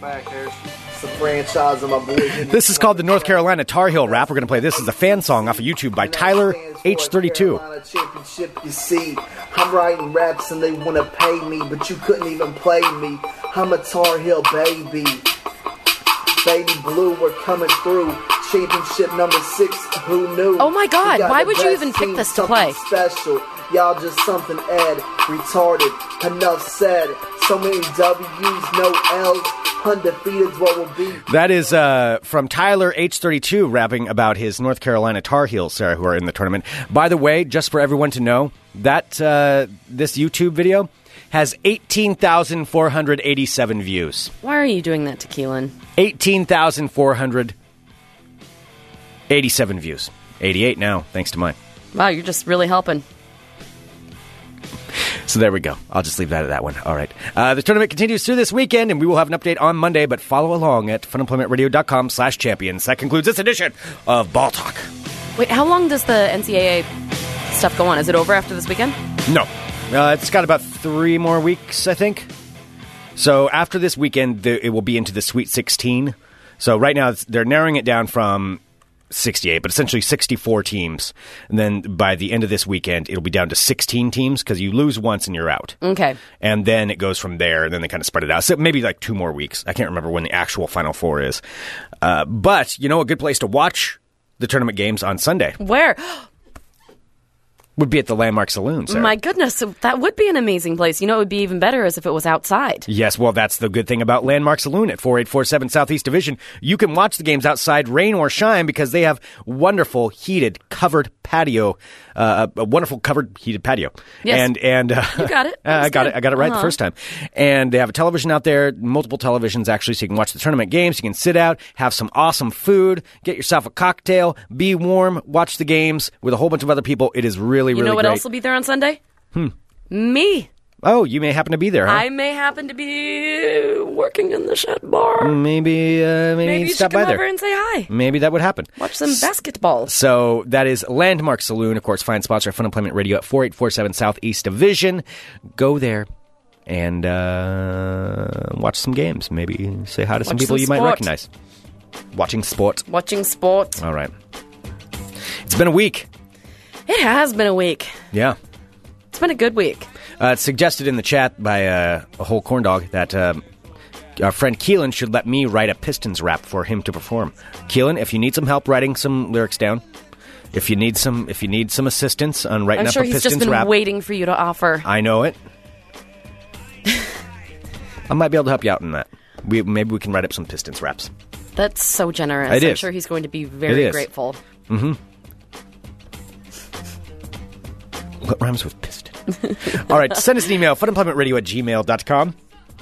[SPEAKER 9] back. There's some franchise of my boys.
[SPEAKER 6] *laughs* This is called the North Carolina Tar Heel Rap. We're going to play this as a fan song off of YouTube by Tyler H32.
[SPEAKER 9] Carolina Championship, you see. I'm writing raps and they want to pay me, but you couldn't even play me. I'm a Tar Heel baby. Baby Blue, we're coming through. Championship number six, who knew?
[SPEAKER 1] Oh my God,
[SPEAKER 9] We got
[SPEAKER 1] why
[SPEAKER 9] the
[SPEAKER 1] would you
[SPEAKER 9] best
[SPEAKER 1] even pick
[SPEAKER 9] team,
[SPEAKER 1] this to
[SPEAKER 9] something
[SPEAKER 1] play?
[SPEAKER 9] special. Y'all just something add, retarded. Enough said. So many W's, no L's. Undefeated's what will be.
[SPEAKER 6] That is uh, from Tyler H32 rapping about his North Carolina Tar Heels, Sarah, who are in the tournament. By the way, just for everyone to know, that uh, this YouTube video has 18,487 views.
[SPEAKER 1] Why are you doing that to Keelan?
[SPEAKER 6] 18,487 views. 88 now, thanks to mine.
[SPEAKER 1] Wow, you're just really helping.
[SPEAKER 6] So there we go. I'll just leave that at that one. All right. Uh, the tournament continues through this weekend, and we will have an update on Monday, but follow along at funemploymentradio.com slash champions. That concludes this edition of Ball Talk.
[SPEAKER 1] Wait, how long does the NCAA stuff go on? Is it over after this weekend?
[SPEAKER 6] No. Uh, it's got about three more weeks, I think. So after this weekend, the, it will be into the Sweet 16. So right now, it's, they're narrowing it down from 68, but essentially 64 teams. And then by the end of this weekend, it'll be down to 16 teams because you lose once and you're out.
[SPEAKER 1] Okay.
[SPEAKER 6] And then it goes from there, and then they kind of spread it out. So maybe like two more weeks. I can't remember when the actual Final Four is. Uh, but, you know, a good place to watch the tournament games on Sunday *gasps*
[SPEAKER 1] Where?
[SPEAKER 6] would be at the Landmark Saloon. Sarah.
[SPEAKER 1] My goodness, that would be an amazing place. You know, it would be even better as if it was outside.
[SPEAKER 6] Yes, well, that's the good thing about Landmark Saloon at 4847 Southeast Division. You can watch the games outside, rain or shine, because they have wonderful heated covered patio, uh, a wonderful covered heated patio.
[SPEAKER 1] Yes.
[SPEAKER 6] And and uh,
[SPEAKER 1] You got it. That
[SPEAKER 6] *laughs* I
[SPEAKER 1] was
[SPEAKER 6] got
[SPEAKER 1] good.
[SPEAKER 6] it. I got it right the
[SPEAKER 1] Uh-huh.
[SPEAKER 6] first time. And they have a television out there, multiple televisions actually, so you can watch the tournament games. You can sit out, have some awesome food, get yourself a cocktail, be warm, watch the games with a whole bunch of other people. It is really
[SPEAKER 1] You
[SPEAKER 6] really
[SPEAKER 1] know what
[SPEAKER 6] great.
[SPEAKER 1] else will be there on Sunday? Hmm. Me.
[SPEAKER 6] oh, you may happen to be there. Huh?
[SPEAKER 1] I may happen to be working in the shed bar.
[SPEAKER 6] maybe uh, maybe,
[SPEAKER 1] Maybe you should
[SPEAKER 6] Mm, stop
[SPEAKER 1] come
[SPEAKER 6] by there. Mm.
[SPEAKER 1] over and say hi.
[SPEAKER 6] Maybe that would happen.
[SPEAKER 1] Watch some basketball.
[SPEAKER 6] So that is Landmark Saloon, of course, fine sponsor of Fun Employment Radio at 4847 Southeast Division. Go there and uh, watch some games. Maybe say hi to some
[SPEAKER 1] Watch
[SPEAKER 6] people
[SPEAKER 1] some
[SPEAKER 6] you might
[SPEAKER 1] sport.
[SPEAKER 6] recognize. Watching sport.
[SPEAKER 1] Watching sport.
[SPEAKER 6] All right. It's been a week.
[SPEAKER 1] It has been a week.
[SPEAKER 6] Yeah.
[SPEAKER 1] It's been a good week.
[SPEAKER 6] Uh, it's suggested in the chat by uh, a whole corn dog that um, our friend Keelan should let me write a Pistons rap for him to perform. Keelan, if you need some help writing some lyrics down, if you need some, if you need some assistance on writing
[SPEAKER 1] I'm
[SPEAKER 6] up
[SPEAKER 1] sure
[SPEAKER 6] a
[SPEAKER 1] he's
[SPEAKER 6] Pistons
[SPEAKER 1] just been
[SPEAKER 6] rap,
[SPEAKER 1] waiting for you to offer.
[SPEAKER 6] I know
[SPEAKER 1] *laughs*
[SPEAKER 6] it. I might be able to help you out in that. We, maybe we can write up some Pistons raps.
[SPEAKER 1] That's so generous.
[SPEAKER 6] It
[SPEAKER 1] I'm
[SPEAKER 6] is.
[SPEAKER 1] sure he's going to be
[SPEAKER 6] It
[SPEAKER 1] very
[SPEAKER 6] is.
[SPEAKER 1] grateful.
[SPEAKER 6] What rhymes with piston? *laughs* All right, send us an email, funemploymentradio at gmail.com.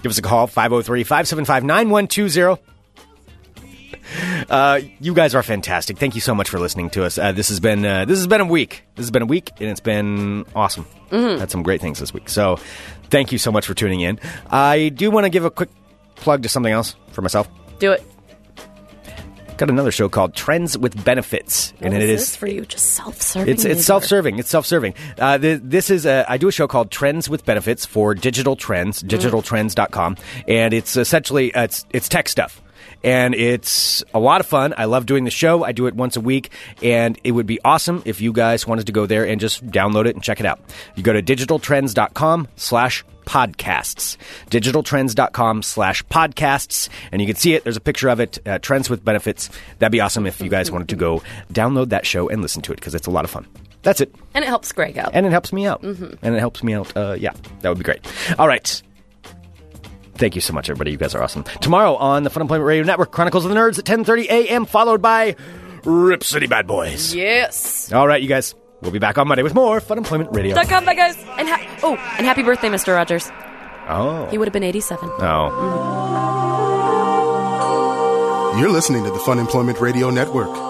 [SPEAKER 6] Give us a call, 503 575 9120. Uh, You guys are fantastic. Thank you so much for listening to us. Uh, this has been uh, this has been a week. This has been a week, and it's been awesome.
[SPEAKER 1] Mm-hmm.
[SPEAKER 6] Had some great things this week. So, thank you so much for tuning in. I do want to give a quick plug to something else for myself.
[SPEAKER 1] Do it.
[SPEAKER 6] Got another show called Trends with Benefits, and
[SPEAKER 1] What
[SPEAKER 6] it
[SPEAKER 1] is
[SPEAKER 6] is
[SPEAKER 1] this for you? Just self-serving.
[SPEAKER 6] It's it's
[SPEAKER 1] labor.
[SPEAKER 6] self-serving. It's self-serving. Uh, th- this is a, I do a show called Trends with Benefits for Digital Trends, digitaltrends.com, and it's essentially uh, it's it's tech stuff. And it's a lot of fun. I love doing the show. I do it once a week, and it would be awesome if you guys wanted to go there and just download it and check it out. You go to digitaltrends.com slash podcasts digitaltrends.com slash podcasts and you can see it there's a picture of it uh, trends with benefits that'd be awesome if you guys wanted to go download that show and listen to it because it's a lot of fun that's it
[SPEAKER 1] and it helps Greg out.
[SPEAKER 6] and it helps me out and it helps me out uh, yeah that would be great all right Thank you so much, everybody. You guys are awesome. Tomorrow on the Fun Employment Radio Network, Chronicles of the Nerds at 10:30 a.m. Followed by Rip City Bad Boys.
[SPEAKER 1] Yes.
[SPEAKER 6] All right, you guys. We'll be back on Monday with more Fun Employment Radio.
[SPEAKER 1] Dot com, bye guys. And ha- oh, and happy birthday, Mr. Rogers.
[SPEAKER 6] Oh.
[SPEAKER 1] He would have been 87.
[SPEAKER 6] Oh.
[SPEAKER 2] You're listening to the Fun Employment Radio Network.